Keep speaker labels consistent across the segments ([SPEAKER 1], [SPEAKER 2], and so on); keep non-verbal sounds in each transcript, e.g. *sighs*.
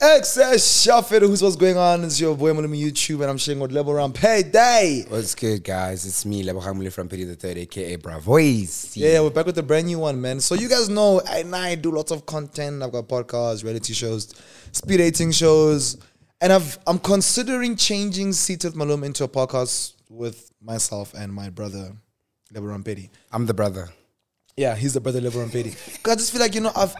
[SPEAKER 1] Success Shuffle. Who's what's going on? It's your boy Mulumi YouTube, and I'm sharing with Level Round Payday.
[SPEAKER 2] What's good, guys? It's me, Lebohamuli from Pity the Third, aka Bravois.
[SPEAKER 1] Yeah, yeah, we're back with a brand new one, man. So you guys know, I and I do lots of content. I've got podcasts, reality shows, speed dating shows, and I've I'm considering changing Seat with Malum into a podcast with myself and my brother Level Round Petty.
[SPEAKER 2] I'm the brother.
[SPEAKER 1] Yeah, he's the brother Level Round Petty. 'Cause I just feel like you know I've.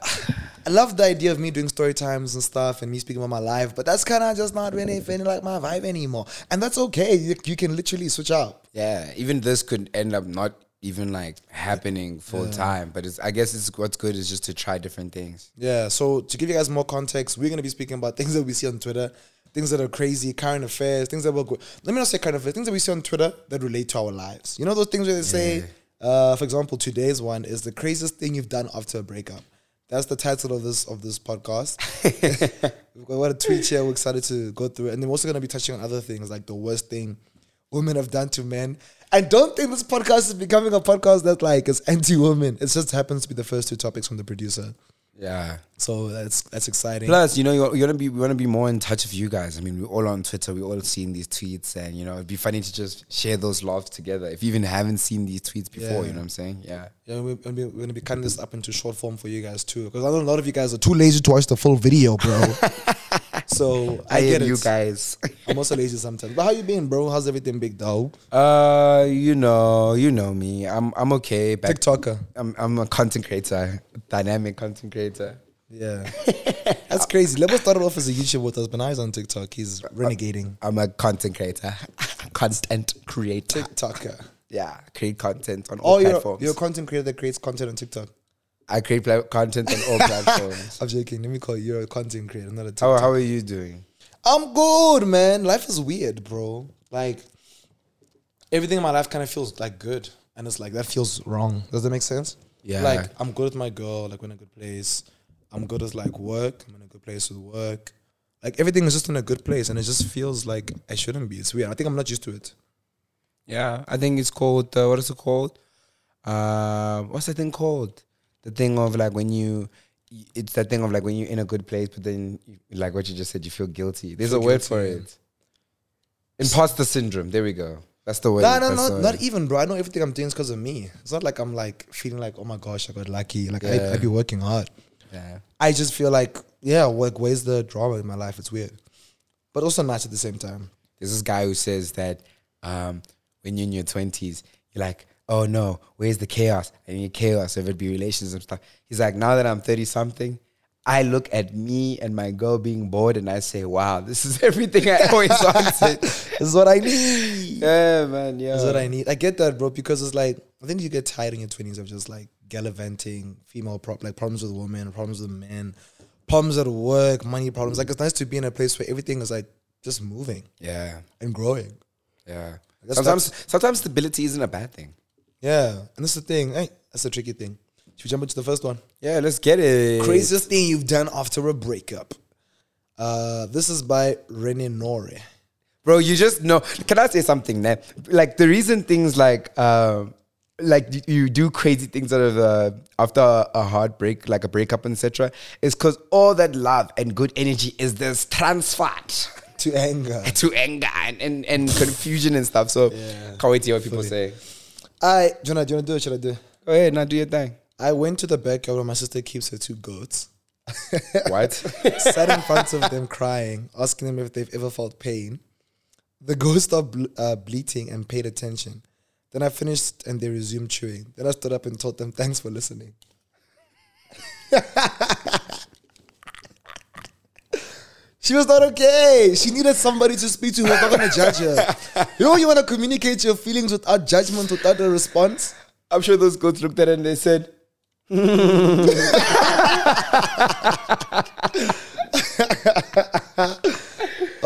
[SPEAKER 1] I love the idea of me doing story times and stuff and me speaking about my life, but that's kind of just not really feeling like my vibe anymore. And that's okay. You, you can literally switch out.
[SPEAKER 2] Yeah, even this could end up not even like happening full time, but it's I guess it's what's good is just to try different things.
[SPEAKER 1] Yeah. So to give you guys more context, we're gonna be speaking about things that we see on Twitter, things that are crazy, current affairs, things that were good. Let me not say current affairs, things that we see on Twitter that relate to our lives. You know those things where they say, uh, for example, today's one is the craziest thing you've done after a breakup. That's the title of this of this podcast. We've got a lot of tweets here. We're excited to go through it, and then we're also gonna be touching on other things like the worst thing women have done to men. And don't think this podcast is becoming a podcast that like is anti-woman. It just happens to be the first two topics from the producer.
[SPEAKER 2] Yeah.
[SPEAKER 1] So that's that's exciting.
[SPEAKER 2] Plus, you know, you want to be we want to be more in touch with you guys. I mean, we're all on Twitter. We're all seeing these tweets, and you know, it'd be funny to just share those laughs together. If you even haven't seen these tweets
[SPEAKER 1] Yeah.
[SPEAKER 2] before, you know what I'm saying? Yeah.
[SPEAKER 1] Yeah, we're gonna, be, we're gonna be cutting this up into short form for you guys too, because I know a lot of you guys are too lazy to watch the full video, bro.
[SPEAKER 2] *laughs*
[SPEAKER 1] so I,
[SPEAKER 2] am
[SPEAKER 1] get it.
[SPEAKER 2] you *laughs* guys.
[SPEAKER 1] I'm also lazy sometimes. But how you been, bro? How's everything, big dog?
[SPEAKER 2] Uh, you know, you know me. I'm I'm okay. Back,
[SPEAKER 1] TikToker.
[SPEAKER 2] I'm I'm a content creator, dynamic content creator. *laughs*
[SPEAKER 1] Yeah, that's crazy. Lebo started off as a YouTuber with us, but now he's on TikTok. He's
[SPEAKER 2] Uh,
[SPEAKER 1] renegading.
[SPEAKER 2] I'm a content creator, *laughs* content creator.
[SPEAKER 1] TikToker.
[SPEAKER 2] Yeah, create content on all
[SPEAKER 1] Oh, you're,
[SPEAKER 2] platforms.
[SPEAKER 1] you're a content creator that creates content on TikTok.
[SPEAKER 2] I create pla- content on *laughs* all platforms.
[SPEAKER 1] I'm joking. Let me call you. You're a content creator, not a TikTok.
[SPEAKER 2] How how are you doing?
[SPEAKER 1] I'm good, man. Life is weird, bro. Like everything in my life kind of feels like good, and it's like that feels wrong. Does that make sense?
[SPEAKER 2] Yeah.
[SPEAKER 1] Like I'm good with my girl. Like we're in a good place. I'm good with like work. I'm in a good place with work. Like everything is just in a good place, and it just feels like I shouldn't be. It's weird. I think I'm not used to it.
[SPEAKER 2] Yeah, I think it's called uh, what is it called? Uh, what's the thing called? The thing of like when you, it's that thing of like when you're in a good place, but then you, like what you just said, you feel guilty. There's a word for it. Imposter syndrome. There we go. That's the word.
[SPEAKER 1] No, no,
[SPEAKER 2] That's the
[SPEAKER 1] no,
[SPEAKER 2] word.
[SPEAKER 1] not even, bro. I know everything I'm doing is because of me. It's not like I'm like feeling like, oh my gosh, I got lucky. Like I,
[SPEAKER 2] Yeah.
[SPEAKER 1] I'd be working hard.
[SPEAKER 2] Yeah.
[SPEAKER 1] I just feel like, yeah, like, where's the drama in my life? It's weird, but also nice at the same time. *laughs*
[SPEAKER 2] There's this guy who says that um, when you're in your twenties, you're like, oh no, where's the chaos? And you chaos, if it be relations and stuff. He's like, now that I'm thirty something, I look at me and my girl being bored, and I say, wow, this is *laughs* everything I always *laughs* wanted.
[SPEAKER 1] This is what I need.
[SPEAKER 2] yeah, man. Yeah.
[SPEAKER 1] This is what I need. I get that, bro, because it's like I think you get tired in your twenties of just like gallivanting female prop like problems with women, problems with men, problems at work, money problems. Like it's nice to be in a place where everything is like just moving
[SPEAKER 2] yeah.
[SPEAKER 1] and growing.
[SPEAKER 2] Yeah.
[SPEAKER 1] guess
[SPEAKER 2] Sometimes, sometimes stability isn't a bad thing.
[SPEAKER 1] Yeah, and that's the thing. Hey, that's the tricky thing. Should we jump into the first one?
[SPEAKER 2] Yeah, let's get it.
[SPEAKER 1] Craziest thing you've done after a breakup. Uh, this is by Rene Nore.
[SPEAKER 2] bro you just know can i say something man like the reason things like um like you- you do crazy things out of the after a heartbreak like a breakup etc is because all that love and good energy is this transferred *laughs*
[SPEAKER 1] to anger.
[SPEAKER 2] to anger and, and, and confusion and stuff so can't wait to hear what people say
[SPEAKER 1] I, do you wanna do you wanna do it? Should I do? it?
[SPEAKER 2] go ahead now do your thing
[SPEAKER 1] I went to the backyard where my sister keeps her two goats.
[SPEAKER 2] what *laughs*
[SPEAKER 1] sat in front of them crying, asking them if they've ever felt pain. The ghost stopped ble- uh, bleating and paid attention. Then I finished and they resumed chewing. Then I stood up and told them, thanks for listening. *laughs* she was not okay. She needed somebody to speak to who was not going to judge her. *laughs* You know, when you want to communicate your feelings without judgment, without a response.
[SPEAKER 2] i'm sure those goats looked at it and they said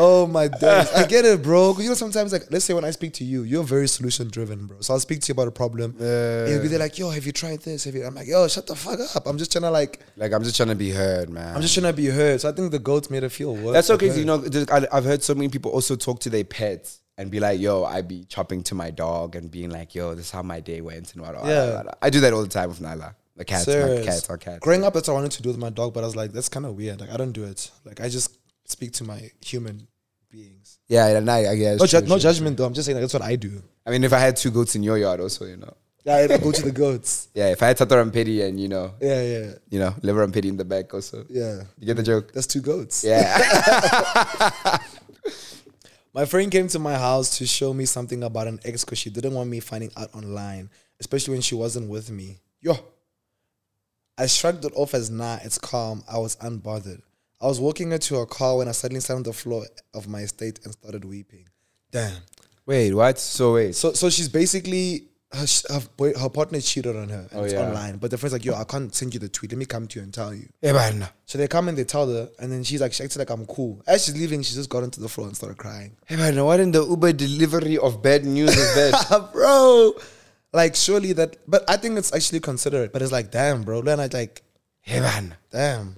[SPEAKER 1] Oh my days. I get it, *laughs* bro. 'Cause You know, sometimes, like, let's say when I speak to you, you're very solution driven, bro. So I'll speak to you about a problem. And you'll be there like, yo, have you tried this? Have you? I'm like, yo, shut the fuck up. I'm just trying to, like,
[SPEAKER 2] like i'm just trying to be heard man
[SPEAKER 1] I'm just trying to be heard. So I think the goats made her feel worse.
[SPEAKER 2] That's
[SPEAKER 1] *laughs*
[SPEAKER 2] so
[SPEAKER 1] okay.
[SPEAKER 2] crazy. You know, there's- I- I've heard so many people also talk to their pets and be like, yo, I be chopping to my dog and being like, yo, this is how my day went and what.
[SPEAKER 1] Yeah.
[SPEAKER 2] Yeah. I do that all the time with Nyla. The cats, my
[SPEAKER 1] Serious.
[SPEAKER 2] cats, our cats.
[SPEAKER 1] Growing up, that's what I wanted to do with my dog, but I was like, that's kind of weird. Like, I don't do it. Like, I just speak to my human beings.
[SPEAKER 2] Yeah, yeah, nah, yeah, yeah, it's
[SPEAKER 1] No,
[SPEAKER 2] true,
[SPEAKER 1] ju- no
[SPEAKER 2] true.
[SPEAKER 1] judgment though. I'm just saying like, that's what I do.
[SPEAKER 2] I mean, if I had two goats in your yard, also, you know,
[SPEAKER 1] Yeah, I go to the goats.
[SPEAKER 2] yeah, if I had Tatarampetti and you know,
[SPEAKER 1] *laughs* Yeah, yeah,
[SPEAKER 2] you know, Liverampedi in the back, also,
[SPEAKER 1] yeah.
[SPEAKER 2] you get the joke?
[SPEAKER 1] That's two goats.
[SPEAKER 2] Yeah,
[SPEAKER 1] *laughs* My friend came to my house to show me something about an ex because she didn't want me finding out online, especially when she wasn't with me. Yo. I shrugged it off as nah, it's calm. I was unbothered. I was walking her to her car when I suddenly sat on the floor of my estate and started weeping. Damn.
[SPEAKER 2] wait, what? So, wait,
[SPEAKER 1] So so she's basically her sh- her, boy, her partner cheated on her and
[SPEAKER 2] Oh,
[SPEAKER 1] it's
[SPEAKER 2] yeah.
[SPEAKER 1] online. But the friend's like, yo, I can't send you the tweet. Let me come to you and tell you.
[SPEAKER 2] Yeah, but no.
[SPEAKER 1] So they come and they tell her, and then she's like, she acted like I'm cool. As she's leaving, she just got onto the floor and started crying. *laughs*
[SPEAKER 2] Hey man, what in the Uber delivery of bad news is that?
[SPEAKER 1] *laughs* Ah, bro, like surely that. But I think it's actually considerate. But it's like, damn, bro. Then I like,
[SPEAKER 2] hey man,
[SPEAKER 1] damn.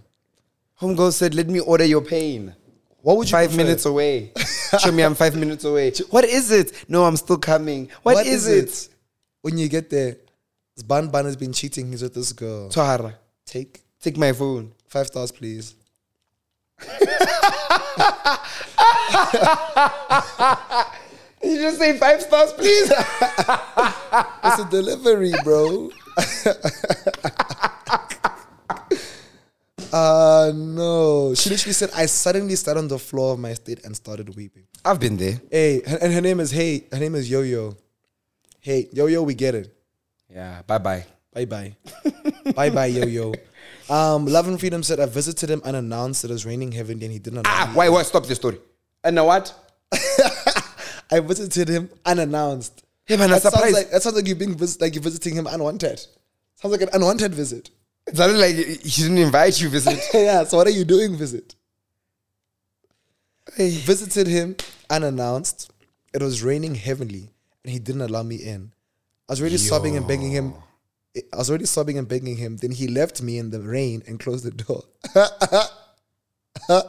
[SPEAKER 2] homegirl said, let me order your pain.
[SPEAKER 1] What would you
[SPEAKER 2] Five
[SPEAKER 1] prefer?
[SPEAKER 2] minutes *laughs* away. Show me I'm five minutes away. What is it? No, I'm still coming. what is, it?
[SPEAKER 1] when you get there? This ban ban has been cheating. He's with this girl.
[SPEAKER 2] Tohara,
[SPEAKER 1] Take
[SPEAKER 2] take my phone.
[SPEAKER 1] five stars, please.
[SPEAKER 2] You just say five stars, please.
[SPEAKER 1] It's a delivery, bro. *laughs* uh no. She literally said, I suddenly sat on the floor of my estate and started weeping.
[SPEAKER 2] *laughs* I've been there.
[SPEAKER 1] Hey, her- and her name is Hey. Her name is Yo Yo. Hey, Yo Yo, we get it.
[SPEAKER 2] Yeah, bye bye.
[SPEAKER 1] Bye bye. bye bye, Yo Yo. Um, Love and Freedom said I visited him unannounced. It was raining heavily, and he didn't.
[SPEAKER 2] Ah, why? What? Stop the story. And now what?
[SPEAKER 1] I visited him unannounced.
[SPEAKER 2] Hey man, I'm
[SPEAKER 1] That sounds
[SPEAKER 2] surprised.
[SPEAKER 1] like that sounds like you being vis- like you're visiting him unwanted. Sounds like an unwanted visit.
[SPEAKER 2] it sounded like he didn't invite you visit.
[SPEAKER 1] *laughs* yeah. So what are you doing? Visit.
[SPEAKER 2] Hey.
[SPEAKER 1] Visited him unannounced. It was raining heavily, and he didn't allow me in. I was already sobbing and begging him. I was already sobbing and begging him. Then he left me in the rain and closed the door. *laughs*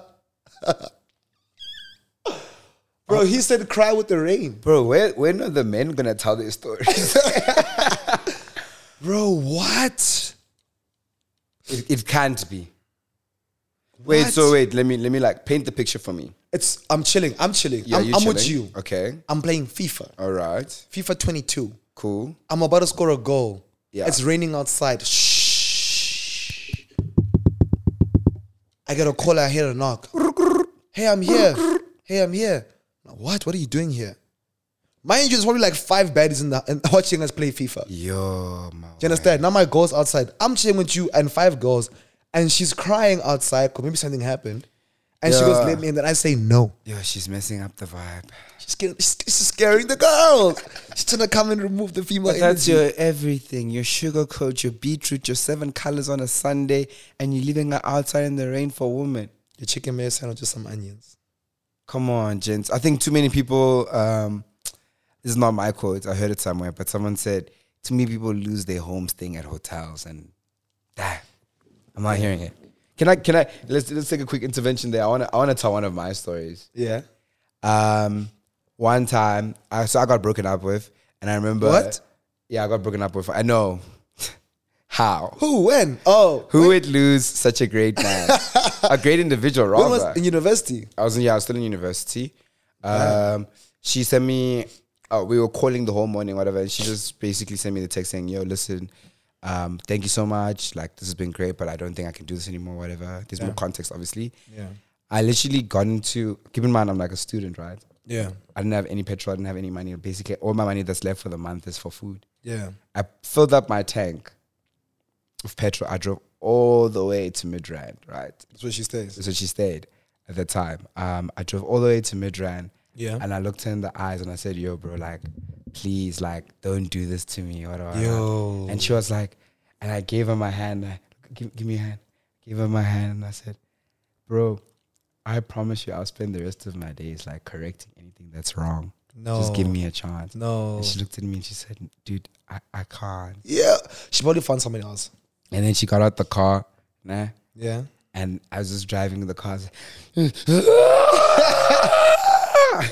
[SPEAKER 1] Bro, he said cry with the rain.
[SPEAKER 2] Bro, where when are the men gonna tell their stories?
[SPEAKER 1] *laughs* Bro, what?
[SPEAKER 2] it, it can't be. Wait,
[SPEAKER 1] What?
[SPEAKER 2] so wait, let me let me like paint the picture for me.
[SPEAKER 1] It's I'm chilling. I'm chilling.
[SPEAKER 2] Yeah,
[SPEAKER 1] I'm,
[SPEAKER 2] you
[SPEAKER 1] I'm with
[SPEAKER 2] chilling?
[SPEAKER 1] you.
[SPEAKER 2] Okay.
[SPEAKER 1] I'm playing FIFA.
[SPEAKER 2] All right.
[SPEAKER 1] FIFA 22.
[SPEAKER 2] Cool.
[SPEAKER 1] I'm about to score a goal.
[SPEAKER 2] Yeah.
[SPEAKER 1] It's raining outside. Shh. I get a call. I hear a knock. Hey, I'm here. Hey, I'm here. What? What are you doing here? Mind you, there's probably like five baddies in the in, *laughs* watching us play FIFA. Do
[SPEAKER 2] Yo, my
[SPEAKER 1] you understand? Now my girl's outside. I'm chilling with you and five girls, and she's crying outside because maybe something happened. And she goes,
[SPEAKER 2] Yeah.
[SPEAKER 1] "Let me." in." then I say, "No."
[SPEAKER 2] Yo, she's messing up the vibe.
[SPEAKER 1] She's, scaring, she's, she's scaring the girls. She's trying to come and remove the female.
[SPEAKER 2] That's
[SPEAKER 1] energy.
[SPEAKER 2] your everything. Your sugar coat, your beetroot, your seven colors on a Sunday, and you're leaving her outside in the rain for women.
[SPEAKER 1] your chicken mayo sandwich with some onions.
[SPEAKER 2] Come on, gents. I think too many people. Um, this is not my quote. I heard it somewhere, but someone said too many people lose their home staying at hotels, and ah, I'm not hearing it. Can I? Can I? Let's let's take a quick intervention there. I wanna I wanna tell one of my stories.
[SPEAKER 1] Yeah.
[SPEAKER 2] Um, one time, I so I got broken up with, and I remember
[SPEAKER 1] What?
[SPEAKER 2] Yeah, I got broken up with. I know *laughs* how.
[SPEAKER 1] Who? When? Oh,
[SPEAKER 2] Who would lose such a great
[SPEAKER 1] *laughs*
[SPEAKER 2] man, a great individual, rather?
[SPEAKER 1] when was in university?
[SPEAKER 2] I was in, yeah, I was still in university. Um, she sent me. Oh, we were calling the whole morning, whatever. And she just basically sent me the text saying, "Yo, listen, um, thank you so much. Like this has been great, but I don't think I can do this anymore. Whatever. There's more context, obviously.
[SPEAKER 1] Yeah.
[SPEAKER 2] I literally got into. Keep in mind, I'm like a student, right?
[SPEAKER 1] Yeah.
[SPEAKER 2] I didn't have any petrol. I didn't have any money. Basically, all my money that's left for the month is for food.
[SPEAKER 1] Yeah.
[SPEAKER 2] I filled up my tank of petrol. I drove all the way to Midrand, right?
[SPEAKER 1] That's where she stays.
[SPEAKER 2] So she stayed at the time. Um, I drove all the way to Midran.
[SPEAKER 1] Yeah.
[SPEAKER 2] And I looked her in the eyes and I said, Yo, bro, like, please, like, don't do this to me. What do I-
[SPEAKER 1] Yo.
[SPEAKER 2] And she was like, and I gave her my hand. I, give, give me your hand. Give her my hand. And I said, Bro, I promise you, I'll spend the rest of my days like correcting anything that's wrong. Just give
[SPEAKER 1] No.
[SPEAKER 2] me a chance.
[SPEAKER 1] No.
[SPEAKER 2] And she looked at me and she said, Dude, I, I can't.
[SPEAKER 1] Yeah. She probably found somebody else.
[SPEAKER 2] And then she got out the car. Nah.
[SPEAKER 1] Yeah.
[SPEAKER 2] And I was just driving the car. I was like,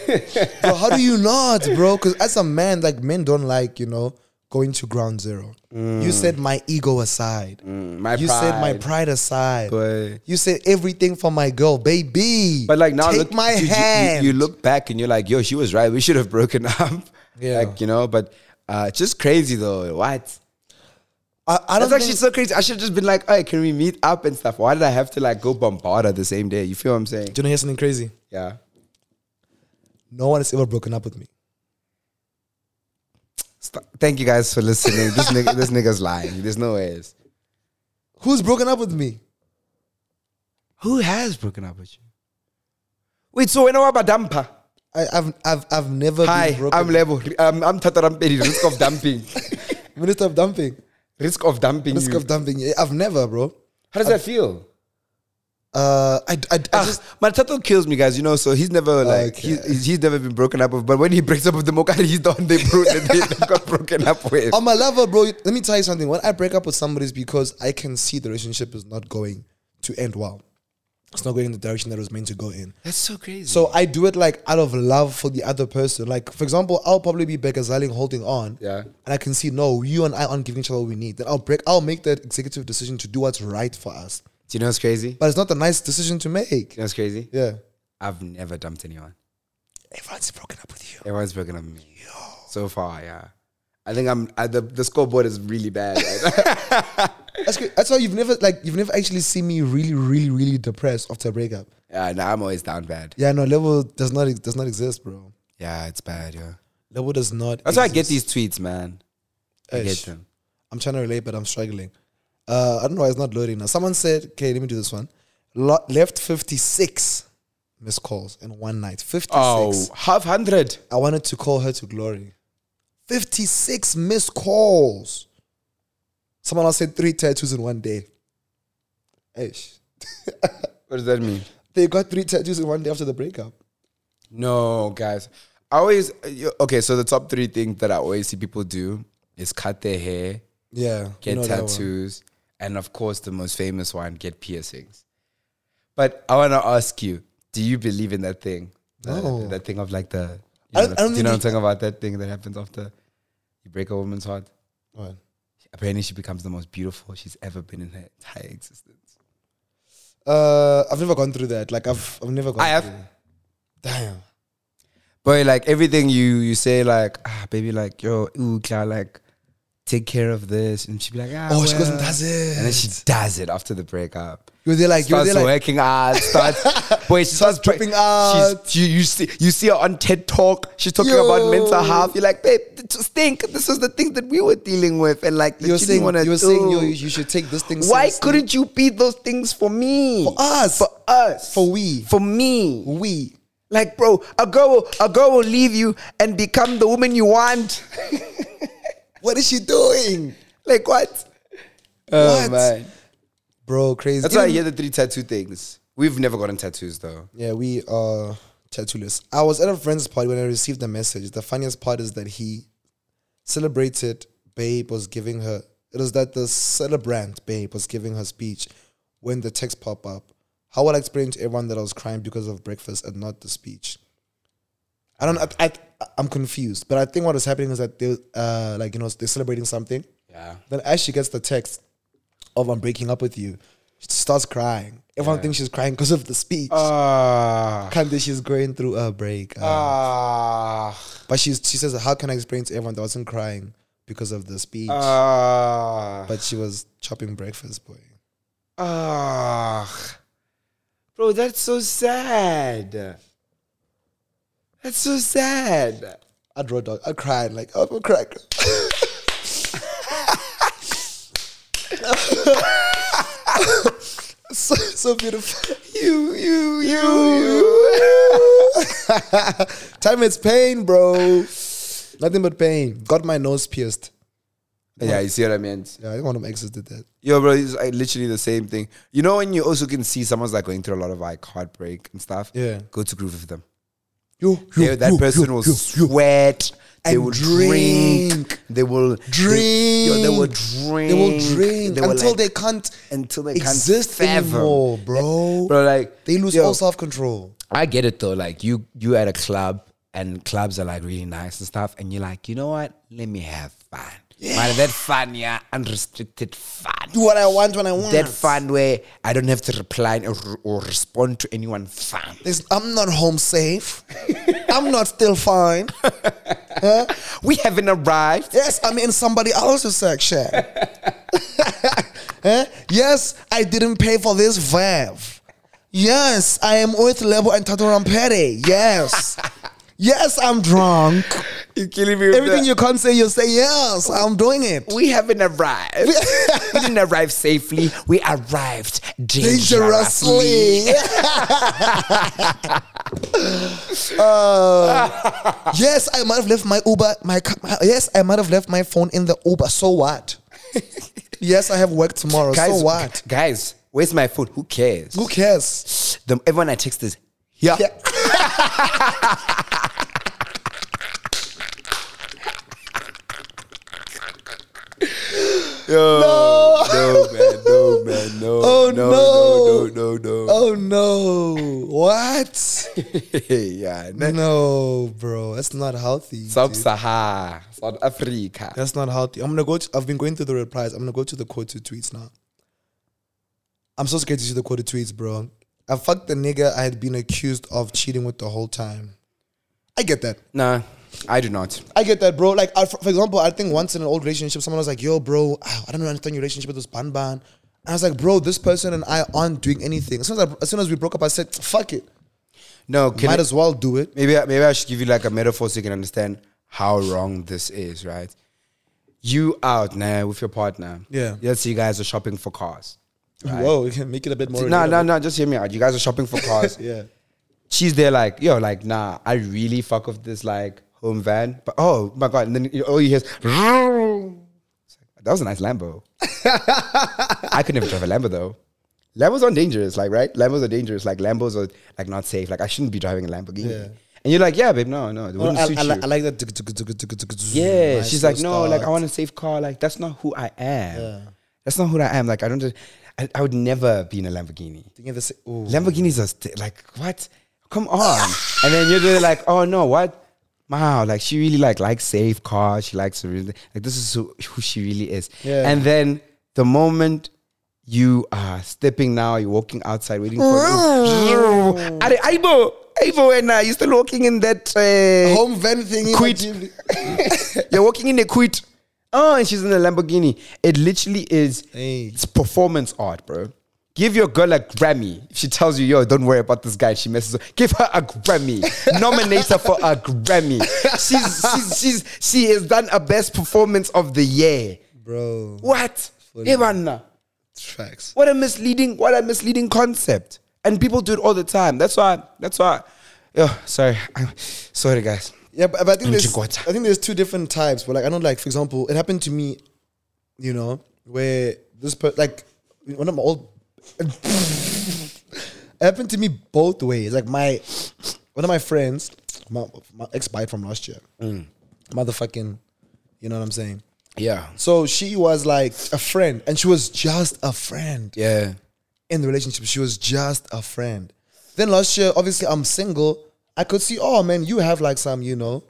[SPEAKER 2] *laughs*
[SPEAKER 1] Bro, how do you not, bro? Because as a man, like men don't like you know going to ground zero. You set my ego aside.
[SPEAKER 2] Mm. my
[SPEAKER 1] you set my
[SPEAKER 2] pride.
[SPEAKER 1] pride aside.
[SPEAKER 2] But-
[SPEAKER 1] you set everything for my girl, baby.
[SPEAKER 2] But like now,
[SPEAKER 1] take
[SPEAKER 2] look,
[SPEAKER 1] my
[SPEAKER 2] dude, you- you-
[SPEAKER 1] hand.
[SPEAKER 2] You, look back and you're like, yo, she was right. We should have broken *laughs* up.
[SPEAKER 1] Yeah.
[SPEAKER 2] like you know. But uh, it's just crazy though. What?
[SPEAKER 1] I, I don't think
[SPEAKER 2] That's actually so crazy. I should have just been like, hey, can we meet up and stuff? Why did I have to like go bombard her the same day? You feel what I'm saying?
[SPEAKER 1] Do you want to hear something crazy?
[SPEAKER 2] Yeah.
[SPEAKER 1] No one has ever broken up with me.
[SPEAKER 2] Stop. Thank you guys for listening. This nigga, this nigga's lying. There's no ways.
[SPEAKER 1] Who's broken up with me?
[SPEAKER 2] Who has broken up with you? Wait, so we know about Dampa.
[SPEAKER 1] I, I've I've I've never
[SPEAKER 2] Hi,
[SPEAKER 1] been broken.
[SPEAKER 2] I'm Lebo. Um, I'm Tatarampedi. Risk of *laughs* dumping.
[SPEAKER 1] Minister of dumping.
[SPEAKER 2] risk of dumping.
[SPEAKER 1] Minister
[SPEAKER 2] you.
[SPEAKER 1] of dumping. Yeah, I've never, bro.
[SPEAKER 2] How does that feel?
[SPEAKER 1] Uh, I, I, I
[SPEAKER 2] I
[SPEAKER 1] just
[SPEAKER 2] just my tattoo kills me, guys. You know, so he's never like
[SPEAKER 1] Okay.
[SPEAKER 2] he's, he's- he's never been broken up with. But when he breaks up with the Mokari, he's the one they, bro- that they that got broken up with.
[SPEAKER 1] I'm a lover, bro. Let me tell you something. When I break up with somebody, it's because I can see the relationship is not going to end well. It's not going in the direction that it was meant to go in.
[SPEAKER 2] That's so crazy. So
[SPEAKER 1] So I do it like out of love for the other person. Like for example, I'll probably be Begazaling holding on.
[SPEAKER 2] Yeah.
[SPEAKER 1] And I can see no, you and I aren't giving each other what we need. Then I'll break I'll make that executive decision to do what's right for us.
[SPEAKER 2] do you know what's crazy? Do
[SPEAKER 1] But it's not a nice decision to make.
[SPEAKER 2] you know what's crazy?
[SPEAKER 1] Yeah.
[SPEAKER 2] I've never dumped anyone.
[SPEAKER 1] Everyone's broken up with you.
[SPEAKER 2] Everyone's broken up with me so far. Yeah, I think I'm I, the the scoreboard is really bad. Right? *laughs*
[SPEAKER 1] That's good. That's why you've never like you've never actually seen me really, really, really depressed after a breakup.
[SPEAKER 2] yeah, now I'm always down bad.
[SPEAKER 1] Yeah, no, level does not does not exist, bro.
[SPEAKER 2] Yeah, it's bad. Yeah,
[SPEAKER 1] Level does not.
[SPEAKER 2] that's why I
[SPEAKER 1] exist.
[SPEAKER 2] get these tweets, man. I get
[SPEAKER 1] Ish.
[SPEAKER 2] them.
[SPEAKER 1] I'm trying to relate, but I'm struggling. Uh, I don't know why it's not loading now. Someone said, "Okay, let me do this one." Lo- left 56 missed calls in one night. 56.
[SPEAKER 2] Oh, half hundred.
[SPEAKER 1] I wanted to call her to glory. 56 missed calls. Someone else said three tattoos in one day. Ish.
[SPEAKER 2] What does that mean?
[SPEAKER 1] They got three tattoos in one day after the breakup.
[SPEAKER 2] No, guys. I always you- okay. So the top three things that I always see people do is cut their hair,
[SPEAKER 1] Yeah. you
[SPEAKER 2] get
[SPEAKER 1] know that one.
[SPEAKER 2] tattoos, and of course the most famous one, get piercings. But I want to ask you: Do you believe in that thing? The-
[SPEAKER 1] No.
[SPEAKER 2] that thing of like the. You know,
[SPEAKER 1] I don't- I don't
[SPEAKER 2] do you know what I'm
[SPEAKER 1] think
[SPEAKER 2] talking about? That thing that happens after you break a woman's heart.
[SPEAKER 1] What?
[SPEAKER 2] Apparently, she becomes the most beautiful she's ever been in her entire existence.
[SPEAKER 1] Uh, I've never gone through that. Like I've, I've never gone.
[SPEAKER 2] I have.
[SPEAKER 1] Through. Damn.
[SPEAKER 2] But like everything you you say, like ah, baby, like yo, ooh, Clara, like take care of this, and she'd be like, ah,
[SPEAKER 1] Oh, she goes
[SPEAKER 2] well.
[SPEAKER 1] and does it.
[SPEAKER 2] and then she does it after the breakup.
[SPEAKER 1] You're there like you're
[SPEAKER 2] starts
[SPEAKER 1] there like
[SPEAKER 2] working out,
[SPEAKER 1] *laughs*
[SPEAKER 2] starts boy, she
[SPEAKER 1] Starts
[SPEAKER 2] starts,
[SPEAKER 1] dropping
[SPEAKER 2] pre-
[SPEAKER 1] out.
[SPEAKER 2] She's, you, you see, you see her on TED Talk. She's talking
[SPEAKER 1] Yo.
[SPEAKER 2] about mental health. You're like, babe, th- just think this was the thing that we were dealing with, and like that
[SPEAKER 1] you're
[SPEAKER 2] you
[SPEAKER 1] saying
[SPEAKER 2] want to
[SPEAKER 1] you're saying yo, you should take this thing.
[SPEAKER 2] Why
[SPEAKER 1] seriously.
[SPEAKER 2] couldn't you be those things for me?
[SPEAKER 1] for us?
[SPEAKER 2] For us.
[SPEAKER 1] For Oh, we.
[SPEAKER 2] For me.
[SPEAKER 1] we.
[SPEAKER 2] Like, bro, a girl, will, a girl will leave you and become the woman you want. *laughs*
[SPEAKER 1] What is she doing,
[SPEAKER 2] like what?
[SPEAKER 1] Oh, man. bro? Crazy.
[SPEAKER 2] That's why I
[SPEAKER 1] Even-
[SPEAKER 2] hear the three tattoo things. We've never gotten tattoos though.
[SPEAKER 1] Yeah, we are tattooless. I was at a friend's party when I received the message. The funniest part is that he celebrated Babe was giving her. It was that the celebrant Babe was giving her speech when the text pop up. How would I explain to everyone that I was crying because of breakfast and not the speech? I don't. I, I, I'm confused, but I think what is happening is that they, uh, like you know, they're celebrating something.
[SPEAKER 2] Yeah.
[SPEAKER 1] Then as she gets the text of "I'm breaking up with you," she starts crying. Everyone thinks she's crying because of the speech.
[SPEAKER 2] Uh, Ah.
[SPEAKER 1] Candy, she's going through a break. uh,
[SPEAKER 2] Ah.
[SPEAKER 1] but she's, she says, How can I explain to everyone that I wasn't crying because of the speech?
[SPEAKER 2] Ah.
[SPEAKER 1] but she was chopping breakfast, boy.
[SPEAKER 2] Ah. Bro, that's so sad. That's so sad.
[SPEAKER 1] I draw dog. I cried, like, oh, I'm crying. *laughs* so, so beautiful.
[SPEAKER 2] You, you, you, you.
[SPEAKER 1] *laughs* Time is pain, bro. Nothing but pain. Got my nose pierced.
[SPEAKER 2] yeah, you see what I meant?
[SPEAKER 1] Yeah, I think one of my exes did that.
[SPEAKER 2] Yo, bro, it's like literally the same thing. You know when you also can see someone's like going through a lot of like heartbreak and stuff?
[SPEAKER 1] Yeah.
[SPEAKER 2] Go to groove with them.
[SPEAKER 1] You,
[SPEAKER 2] They- that person will sweat. They
[SPEAKER 1] And
[SPEAKER 2] will drink.
[SPEAKER 1] drink.
[SPEAKER 2] They will They, yo, they will drink.
[SPEAKER 1] They will drink until
[SPEAKER 2] like,
[SPEAKER 1] they can't
[SPEAKER 2] until they
[SPEAKER 1] exist
[SPEAKER 2] can't fathom.
[SPEAKER 1] anymore, bro.
[SPEAKER 2] Bro, like
[SPEAKER 1] They lose
[SPEAKER 2] yo,
[SPEAKER 1] all self control.
[SPEAKER 2] I get it though. Like you, you at a club and clubs are like really nice and stuff, and you're like, you know what? Let me have fun. Man, that fun, yeah, unrestricted fun.
[SPEAKER 1] Do what I want when I want.
[SPEAKER 2] That fun where I don't have to reply or, or respond to anyone. Fun.
[SPEAKER 1] There's- I'm not home safe. *laughs* I'm not still fine.
[SPEAKER 2] We haven't
[SPEAKER 1] *laughs*
[SPEAKER 2] arrived.
[SPEAKER 1] Yes, I'm in somebody else's section. *laughs* Eh? Yes, I didn't pay for this Valve. Yes, I am with Lebo and Tato Rampere. *laughs* Yes. yes, I'm drunk.
[SPEAKER 2] You're killing me. With
[SPEAKER 1] Everything
[SPEAKER 2] that.
[SPEAKER 1] you can't say, you say, yes, I'm doing it.
[SPEAKER 2] we haven't arrived. we didn't arrive safely. We arrived dangerously.
[SPEAKER 1] Dangerously. *laughs* Uh, yes, I might have left my Uber, my, ca- my yes, I might have left my phone in the Uber. So
[SPEAKER 2] *laughs*
[SPEAKER 1] what? yes, I have work tomorrow.
[SPEAKER 2] Guys,
[SPEAKER 1] so what?
[SPEAKER 2] Guys, where's my phone? Who cares?
[SPEAKER 1] Who cares?
[SPEAKER 2] The, everyone I text is yeah.
[SPEAKER 1] Yeah.
[SPEAKER 2] No, man, no, man, no. *laughs*
[SPEAKER 1] Oh, no.
[SPEAKER 2] no, no, no, no.
[SPEAKER 1] Oh no! What?
[SPEAKER 2] *laughs* yeah, *laughs* no.
[SPEAKER 1] no, bro, that's not healthy.
[SPEAKER 2] Sub
[SPEAKER 1] dude.
[SPEAKER 2] Sahara, South Africa.
[SPEAKER 1] That's not healthy. I'm gonna go. To, I've been going through the replies. I'm gonna go to the quoted tweets now. I'm so scared to see the quoted tweets, bro. I fucked the nigga I had been accused of cheating with the whole time. I get that.
[SPEAKER 2] No, I do not.
[SPEAKER 1] I get that, bro. Like, I, for for example, I think once in an old relationship, someone was like, "Yo, bro, ah, I don't understand your relationship with this ban ban." And I was like, "Bro, this person and I aren't doing anything." As soon as, I, as soon as we broke up, I said, "Fuck it,
[SPEAKER 2] No, can
[SPEAKER 1] might
[SPEAKER 2] I-
[SPEAKER 1] as well do it."
[SPEAKER 2] maybe maybe I should give you like a metaphor so you can understand how wrong this is, right? You out now with your partner.
[SPEAKER 1] Yeah.
[SPEAKER 2] Let's say you guys are shopping for cars.
[SPEAKER 1] Whoa, *laughs* you can make it a bit more.
[SPEAKER 2] No, no,
[SPEAKER 1] relatable.
[SPEAKER 2] no, just hear me out. You guys are shopping for *laughs* cars.
[SPEAKER 1] Yeah.
[SPEAKER 2] She's there like, yo, like, nah, I really fuck with this like home van. But oh my god, and then you- all you hear is "Roar." It's like, that was a nice
[SPEAKER 1] *laughs*
[SPEAKER 2] Lambo. I could never drive a Lambo though. Lambos aren't dangerous, like right? Lambos are dangerous. Like Lambos are like not safe. Like I shouldn't be driving a Lamborghini.
[SPEAKER 1] Yeah.
[SPEAKER 2] And you're like, yeah, babe, no, no, it
[SPEAKER 1] Well,
[SPEAKER 2] wouldn't
[SPEAKER 1] I,
[SPEAKER 2] suit
[SPEAKER 1] I,
[SPEAKER 2] you.
[SPEAKER 1] li- I like that. *laughs* tuk- tuk- tuk- tuk- tuk- tuk-
[SPEAKER 2] Yeah,
[SPEAKER 1] nice
[SPEAKER 2] she's like, no,
[SPEAKER 1] little
[SPEAKER 2] like I
[SPEAKER 1] start.
[SPEAKER 2] want a safe car. Like that's not who I am.
[SPEAKER 1] Yeah.
[SPEAKER 2] That's not who I am. Like I don't. I, I would never be in a Lamborghini.
[SPEAKER 1] Think of this- ooh.
[SPEAKER 2] Lamborghinis are st- like what? Come on. and then you're there like, oh no, what? Wow, like she really like likes safe cars. She likes to really, like this is who, who she really is.
[SPEAKER 1] Yeah.
[SPEAKER 2] And then the moment you are stepping now, you're walking outside waiting for. Are Aibo, Aibo, and I, you're still walking in that uh,
[SPEAKER 1] home van thing.
[SPEAKER 2] Quit.
[SPEAKER 1] imagine.
[SPEAKER 2] *laughs* you're walking in a quit. Oh, and she's in a Lamborghini. It literally is
[SPEAKER 1] Hey.
[SPEAKER 2] it's performance art, bro. Give your girl a Grammy. If she tells you, yo, don't worry about this guy, she messes up. Give her a *laughs* Grammy. Nominate her for a Grammy. She's, she's, she's, she has done a best performance of the year.
[SPEAKER 1] bro.
[SPEAKER 2] What? Ibana.
[SPEAKER 1] Facts.
[SPEAKER 2] What a misleading, what a misleading concept. And people do it all the time. That's why, that's why. Yo, sorry. *laughs* I'm, sorry, guys.
[SPEAKER 1] Yeah, but, but I think there's,
[SPEAKER 2] Mjigota.
[SPEAKER 1] I think there's two different types. But like, I don't like, for example, it happened to me, you know, where this per- like one of my old. *laughs* it happened to me both ways. Like my one of my friends, my, my ex bite from last year, motherfucking, you know what I'm saying.
[SPEAKER 2] Yeah.
[SPEAKER 1] So she was like a friend, and she was just a friend
[SPEAKER 2] Yeah.
[SPEAKER 1] in the relationship. She was just a friend. Then last year, obviously, I'm single. I could see, oh man, you have like some, you know,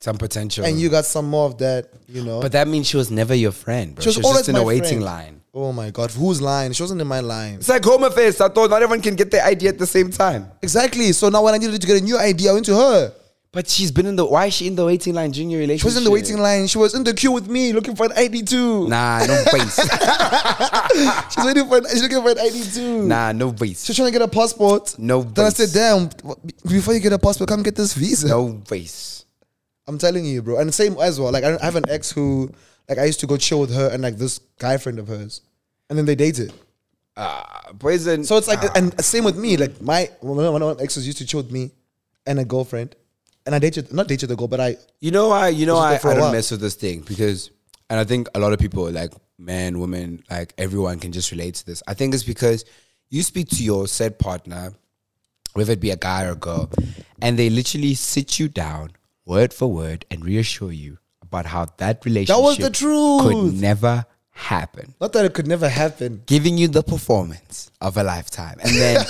[SPEAKER 2] Some potential.
[SPEAKER 1] and you got some more of that, you know.
[SPEAKER 2] But that means she was never your friend, bro. She was, just in a
[SPEAKER 1] my
[SPEAKER 2] waiting
[SPEAKER 1] friend.
[SPEAKER 2] line.
[SPEAKER 1] Oh my god, whose line? She wasn't in my line.
[SPEAKER 2] It's like home affairs. I thought not everyone can get their idea at the same time.
[SPEAKER 1] Exactly. So now when I needed to get a new idea, I went to her.
[SPEAKER 2] But she's been in the. Why is she in the waiting line during your relationship?
[SPEAKER 1] She was in the waiting line. She was in the queue with me, looking for an ID too.
[SPEAKER 2] Nah, no *laughs* base.
[SPEAKER 1] She's waiting for. An, she's looking for an ID too.
[SPEAKER 2] nah, no base.
[SPEAKER 1] She's trying to get a passport.
[SPEAKER 2] No
[SPEAKER 1] Then I
[SPEAKER 2] waste.
[SPEAKER 1] said, damn. Before you get a passport, come get this visa.
[SPEAKER 2] No base.
[SPEAKER 1] I'm telling you, bro. And same as well. Like I I have an ex who, like, I used to go chill with her and like this guy friend of hers, and then they dated.
[SPEAKER 2] Ah, poison.
[SPEAKER 1] So it's like, and same with me. Like my one one of my exes used to chill with me, and a girlfriend, and I dated not dated the girl, but I
[SPEAKER 2] You know why? You know
[SPEAKER 1] Just
[SPEAKER 2] why
[SPEAKER 1] go for a
[SPEAKER 2] I don't
[SPEAKER 1] walk.
[SPEAKER 2] mess with this thing because, and I think a lot of people like men, women, like everyone can just relate to this. I think it's because you speak to your said partner, whether it be a guy or a girl, and they literally sit you down word for word and reassure you about how that relationship
[SPEAKER 1] was the
[SPEAKER 2] could
[SPEAKER 1] truth.
[SPEAKER 2] never happen
[SPEAKER 1] not that it could never happen.
[SPEAKER 2] giving you the performance of a lifetime. And
[SPEAKER 1] *laughs*
[SPEAKER 2] then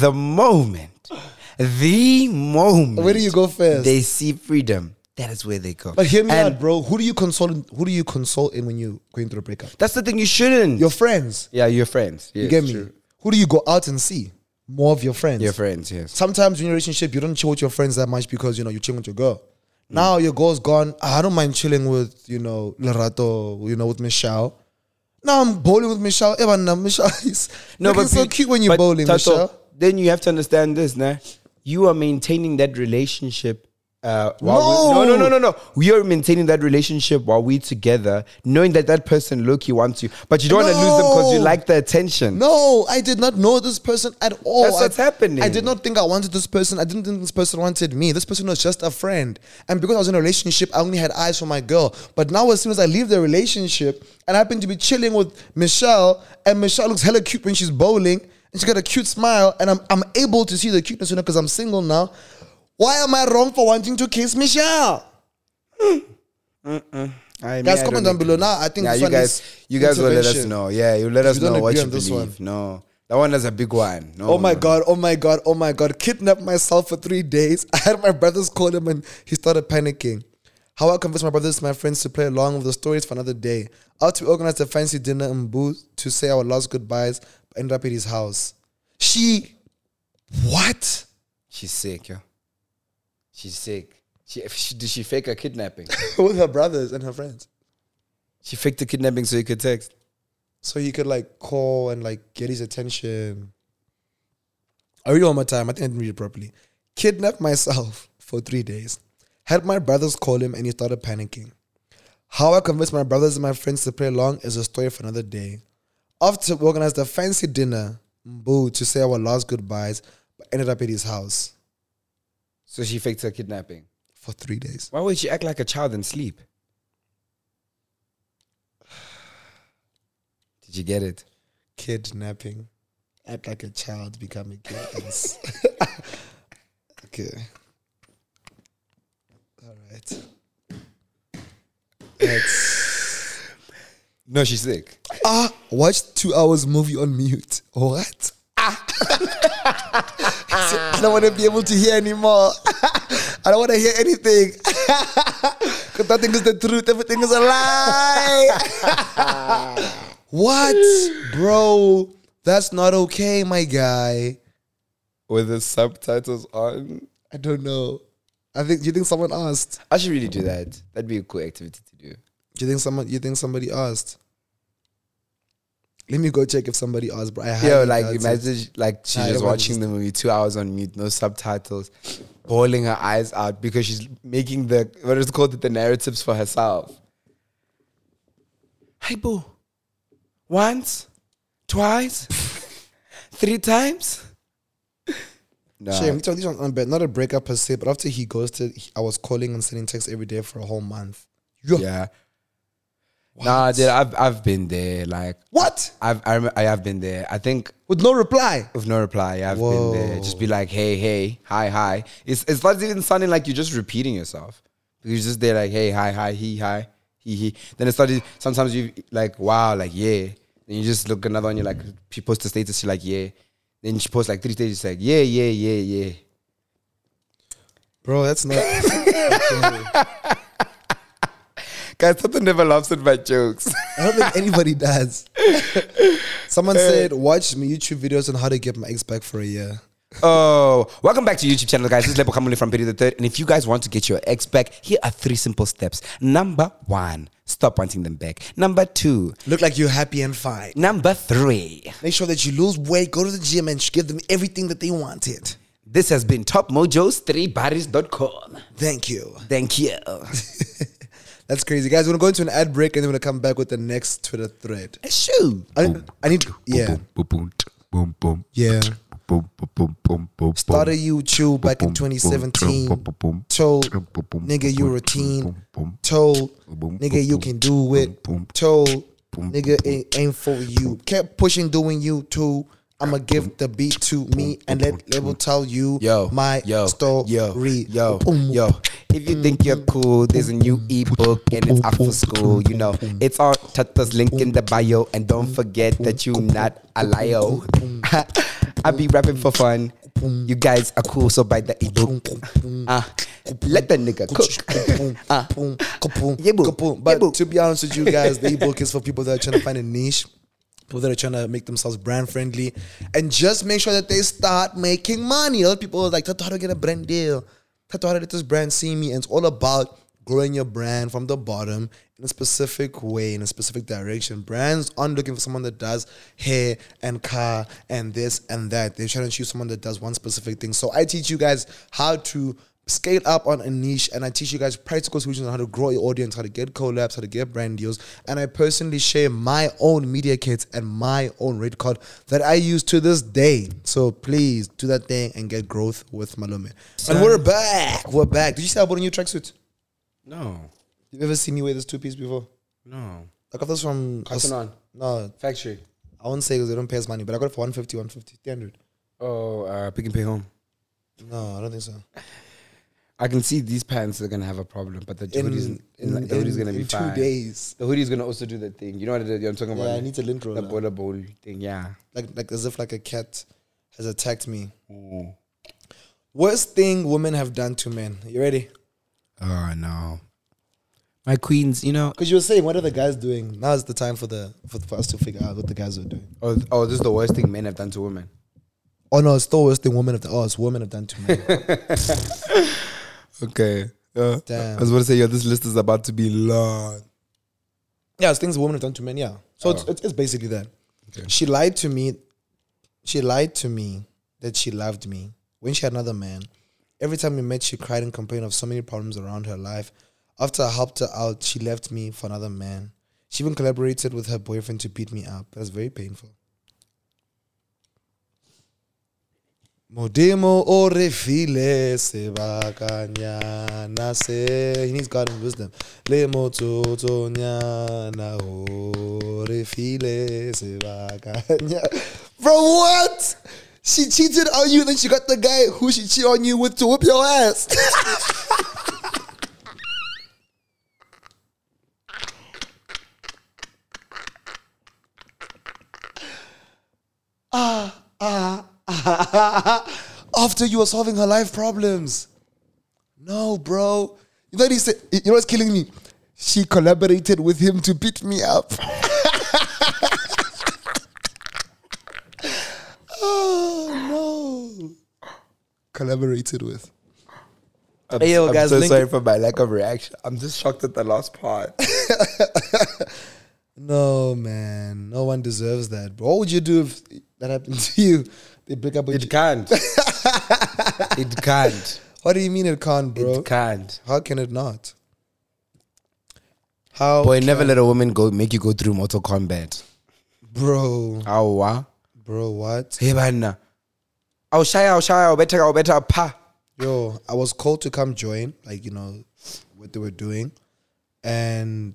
[SPEAKER 2] the moment, the moment.
[SPEAKER 1] Where do you go first?
[SPEAKER 2] They see freedom. that is where they go.
[SPEAKER 1] But hear me
[SPEAKER 2] And
[SPEAKER 1] out, bro. Who do you console? In, who do you console in when you going through a breakup?
[SPEAKER 2] That's the thing you shouldn't.
[SPEAKER 1] Your friends.
[SPEAKER 2] yeah, your friends.
[SPEAKER 1] You
[SPEAKER 2] Yes,
[SPEAKER 1] get me?
[SPEAKER 2] true.
[SPEAKER 1] Who do you go out and see? More of your friends.
[SPEAKER 2] Your friends, yes.
[SPEAKER 1] Sometimes in your relationship, you don't chill with your friends that much because you know you're chilling with your girl. Now your girl's gone. "Ah, I don't mind chilling with you know Lerato, you know with Michelle. Now I'm bowling with Michelle. Evan, Michelle *laughs* is no, but so
[SPEAKER 2] pe-
[SPEAKER 1] cute when you're
[SPEAKER 2] but
[SPEAKER 1] bowling,
[SPEAKER 2] Tato,
[SPEAKER 1] Michelle.
[SPEAKER 2] Then you have to understand this, nah. You are maintaining that relationship. Uh, while we-
[SPEAKER 1] No.
[SPEAKER 2] no, no, no, no, no. We are maintaining that relationship while we together, knowing that that person Loki wants you, but you don't want to lose them because you
[SPEAKER 1] No.
[SPEAKER 2] like the attention.
[SPEAKER 1] No, I did not know this person at all.
[SPEAKER 2] That's what's
[SPEAKER 1] I-
[SPEAKER 2] happening.
[SPEAKER 1] I did not think I wanted this person. I didn't think this person wanted me. This person was just a friend. And because I was in a relationship, I only had eyes for my girl. But now, as soon as I leave the relationship and I happen to be chilling with Michelle, and Michelle looks hella cute when she's bowling, and she's got a cute smile, and I'm, I'm able to see the cuteness in her because I'm single now. Why am I wrong for wanting to kiss Michelle?
[SPEAKER 2] I mean,
[SPEAKER 1] Guys,
[SPEAKER 2] I
[SPEAKER 1] comment
[SPEAKER 2] don't
[SPEAKER 1] down below. Now, I think
[SPEAKER 2] Yeah,
[SPEAKER 1] this
[SPEAKER 2] you
[SPEAKER 1] one
[SPEAKER 2] guys,
[SPEAKER 1] is
[SPEAKER 2] you guys will let us
[SPEAKER 1] intervention.
[SPEAKER 2] know. Yeah, you let us
[SPEAKER 1] don't
[SPEAKER 2] know what
[SPEAKER 1] agree
[SPEAKER 2] you
[SPEAKER 1] on this
[SPEAKER 2] believe.
[SPEAKER 1] one.
[SPEAKER 2] No, that one is a big one. No,
[SPEAKER 1] Oh my
[SPEAKER 2] no.
[SPEAKER 1] god, oh my god, oh my god. Kidnapped myself for three days. *laughs* I had my brothers call him and he started panicking. How I convinced my brothers and my friends to play along with the stories for another day. Out to organize a fancy dinner in booth to say our last goodbyes, but ended up at his house. She what? *laughs*
[SPEAKER 2] she's sick, yo. She's sick. She, she did she fake a kidnapping?
[SPEAKER 1] with her brothers and her friends.
[SPEAKER 2] *laughs* she faked the kidnapping so he could text.
[SPEAKER 1] So he could like call and like get his attention. I read it one more time. I think I didn't read it properly. Kidnapped myself for three days. Had my brothers call him and he started panicking. How I convinced my brothers and my friends to play along is a story for another day. After we organized a fancy dinner, boo, to say our last goodbyes, but ended up at his house
[SPEAKER 2] So she faked her kidnapping.
[SPEAKER 1] for three days.
[SPEAKER 2] Why would she act like a child and sleep? *sighs* Did you get it?
[SPEAKER 1] Kidnapping. Act like a child, become a kid. That's- *laughs* okay. All right. That's.
[SPEAKER 2] No, she's sick.
[SPEAKER 1] Ah, watch two hours movie on mute. What? *laughs* Ah. I don't want to be able to hear anymore. *laughs* I don't want to hear anything. *laughs* Because nothing is the truth, everything is a lie. *laughs* what? Bro, that's not okay, my guy.
[SPEAKER 2] With the subtitles on.
[SPEAKER 1] I don't know. I think you think someone asked.
[SPEAKER 2] I should really do that. That'd be a cool activity to do.
[SPEAKER 1] Do you think someone you think somebody asked? Let me go check if somebody asked, bro. I
[SPEAKER 2] Yo,
[SPEAKER 1] highly
[SPEAKER 2] like
[SPEAKER 1] doubt it.
[SPEAKER 2] imagine sh- like she's
[SPEAKER 1] Nah,
[SPEAKER 2] just
[SPEAKER 1] everyone
[SPEAKER 2] watching the movie two hours on mute, no subtitles, bawling her eyes out because she's making the what is it called the narratives for herself. Hey boo. Once, twice, *laughs* three times. *laughs* No.
[SPEAKER 1] Shame. These are- these are unbe- Not a breakup per se, but after he ghosted, he- I was calling and sending texts every day for a whole month. Yo,
[SPEAKER 2] Yeah. Nah,
[SPEAKER 1] What?
[SPEAKER 2] dude, I've I've been there. Like
[SPEAKER 1] What?
[SPEAKER 2] I've I, rem- I have been there. I think
[SPEAKER 1] With no reply.
[SPEAKER 2] with no reply. I've been there. Just
[SPEAKER 1] Whoa.
[SPEAKER 2] be like, hey, hey, hi, hi. It's it's not even sounding like you're just repeating yourself. You're just there like, hey, hi, hi, he, hi, he, he. Then it started. Sometimes you like, wow, like yeah. Then you just look another one. You're like, she posts a status. You're like, yeah. Then she posts like three stages. Like, yeah, yeah, yeah, yeah.
[SPEAKER 1] Bro, that's not.
[SPEAKER 2] Guys, something never laughs at my jokes.
[SPEAKER 1] I don't think anybody *laughs* does. Someone said, watch my YouTube videos on how to get my ex back for a year.
[SPEAKER 2] Oh, welcome back to YouTube channel, guys. This is Lepo Kamuli from Peter the Third, and if you guys want to get your ex back, here are three simple steps. Number one, stop wanting them back. Number two,
[SPEAKER 1] Look like you're happy and fine.
[SPEAKER 2] number three.
[SPEAKER 1] Make sure that you lose weight, go to the gym, and give them everything that they wanted.
[SPEAKER 2] This has been Top Mojo's Three Bodies.com.
[SPEAKER 1] Thank you. *laughs*
[SPEAKER 2] Thank you.
[SPEAKER 1] That's crazy, guys. We're gonna go into an ad break, and then we're gonna come back with the next Twitter thread.
[SPEAKER 2] Shoo.
[SPEAKER 1] I, I need, yeah, yeah. Started YouTube back in 2017. Told nigga you're a teen. Told nigga you can do it. Told nigga it ain't for you. Kept pushing doing you too. I'ma give the beat to me and let label tell you
[SPEAKER 2] Yo,
[SPEAKER 1] my
[SPEAKER 2] yo,
[SPEAKER 1] story.
[SPEAKER 2] yo, yo, yo. If you think you're cool, there's a new ebook and it's out for school. You know, it's on Tata's link in the bio, and don't forget that you not a liar. *laughs* I be rapping for fun. You guys are cool, so buy the ebook. Ah, Let the nigga cook. *laughs* Ah.
[SPEAKER 1] Kapoom, kapoom,
[SPEAKER 2] Yebo,
[SPEAKER 1] kapoom. But
[SPEAKER 2] yebo.
[SPEAKER 1] to be honest
[SPEAKER 2] *laughs*
[SPEAKER 1] with you guys, the ebook is for people that are trying to find a niche, people that are trying to make themselves brand friendly, and just make sure that they start making money. A lot of people are like, "Tato, how to get a brand deal? Tato, how to let this brand see me?" And it's all about growing your brand from the bottom in a specific way, in a specific direction. Brands aren't looking for someone that does hair and car and this and that. They're trying to choose someone that does one specific thing. So I teach you guys how to scale up on a niche and I teach you guys practical solutions on how to grow your audience, how to get collabs, how to get brand deals. And I personally share my own media kits and my own rate card that I use to this day. So please do that thing and get growth with Malume. And we're back. We're back. Did you see I bought a new tracksuit?
[SPEAKER 2] No,
[SPEAKER 1] You've ever seen me wear this two piece before?
[SPEAKER 2] no.
[SPEAKER 1] I got this from
[SPEAKER 2] Cotton On.
[SPEAKER 1] No,
[SPEAKER 2] Factory.
[SPEAKER 1] I won't say because they don't pay us money, but I got it for 150, 150, 300.
[SPEAKER 2] Oh, uh, pick and pay home.
[SPEAKER 1] No, I don't think so.
[SPEAKER 2] I can see these pants are gonna have a problem, but the
[SPEAKER 1] In,
[SPEAKER 2] hoodie's, in,
[SPEAKER 1] in,
[SPEAKER 2] like, the hoodie's gonna
[SPEAKER 1] in
[SPEAKER 2] be
[SPEAKER 1] two
[SPEAKER 2] fine.
[SPEAKER 1] days.
[SPEAKER 2] The hoodie's gonna also do that thing. You know what it is? I'm talking
[SPEAKER 1] Yeah,
[SPEAKER 2] about?
[SPEAKER 1] I need to lint roll.
[SPEAKER 2] the border bowl thing. Yeah.
[SPEAKER 1] like like as if like a cat has attacked me. Worst thing women have done to men. You ready?
[SPEAKER 2] Oh no, my queens. You know.
[SPEAKER 1] Because you were saying, what are the guys doing? Now is the time for the for, for us to figure out what the guys are doing.
[SPEAKER 2] Oh, th- oh, this is the worst thing men have done to women.
[SPEAKER 1] Oh no, it's the worst thing women have done. Oh, it's women have done to men.
[SPEAKER 2] Okay. Yeah.
[SPEAKER 1] Damn.
[SPEAKER 2] about to say, yeah, this list is about to be long.
[SPEAKER 1] yeah, it's things women have done to men. Yeah, so it's, it's it's basically that.
[SPEAKER 2] Okay.
[SPEAKER 1] She lied to me. She lied to me that she loved me when she had another man. Every time we met, she cried and complained of so many problems around her life. After I helped her out, she left me for another man. She even collaborated with her boyfriend to beat me up. That's very painful. Modimo o re file sebakanyana se. He needs God and wisdom. Le motsotsonyana o re file sebakanya. Bro, what? She cheated on you, then she got the guy who she cheated on you with to whip your ass. After you were solving her life problems. No, bro. You know what he said? You know what's killing me? She collaborated with him to beat me up. *laughs* oh no. Collaborated with.
[SPEAKER 2] I'm,
[SPEAKER 1] Hey, yo,
[SPEAKER 2] I'm
[SPEAKER 1] guys,
[SPEAKER 2] so
[SPEAKER 1] link-
[SPEAKER 2] sorry for my lack of reaction. I'm just shocked at the last part.
[SPEAKER 1] No man. No one deserves that. Bro. What would you do if that happened to you? They break up with
[SPEAKER 2] It
[SPEAKER 1] you.
[SPEAKER 2] *laughs* can't. it can't.
[SPEAKER 1] What do you mean it can't, bro?
[SPEAKER 2] It can't.
[SPEAKER 1] How can it not? How
[SPEAKER 2] Boy,
[SPEAKER 1] can-
[SPEAKER 2] never let a woman go make you go through Mortal Kombat.
[SPEAKER 1] bro.
[SPEAKER 2] Ow, wow.
[SPEAKER 1] Bro, what?
[SPEAKER 2] Hey, banna. I'll shy, I'll shy, I'll better, I'll better, pa.
[SPEAKER 1] Yo, I was called to come join, like, you know, what they were doing. And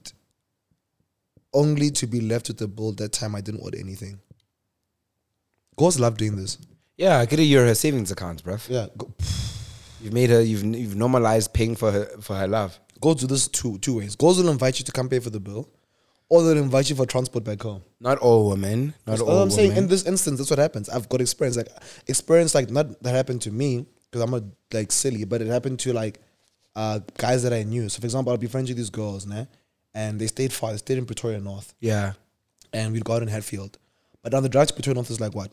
[SPEAKER 1] only to be left with the bill that time I didn't order anything. Girls love doing this.
[SPEAKER 2] Yeah, I get it. You're her savings account, bruv.
[SPEAKER 1] Yeah. go-
[SPEAKER 2] You've made her, you've, you've normalized paying for her, for her love.
[SPEAKER 1] Girls do this two two ways. Girls will invite you to come pay for the bill, or they'll invite you for transport back home.
[SPEAKER 2] Not all women. Not
[SPEAKER 1] That's
[SPEAKER 2] all
[SPEAKER 1] all I'm
[SPEAKER 2] women.
[SPEAKER 1] saying. In this instance, that's what happens. I've got experience, like experience, like not that happened to me because I'm not like silly, but it happened to like uh, guys that I knew. So, for example, I'll be friends with these girls, nah, and they stayed far. They stayed in Pretoria North,
[SPEAKER 2] yeah.
[SPEAKER 1] and we'd go out in Hatfield. But now the drive to Pretoria North is like what,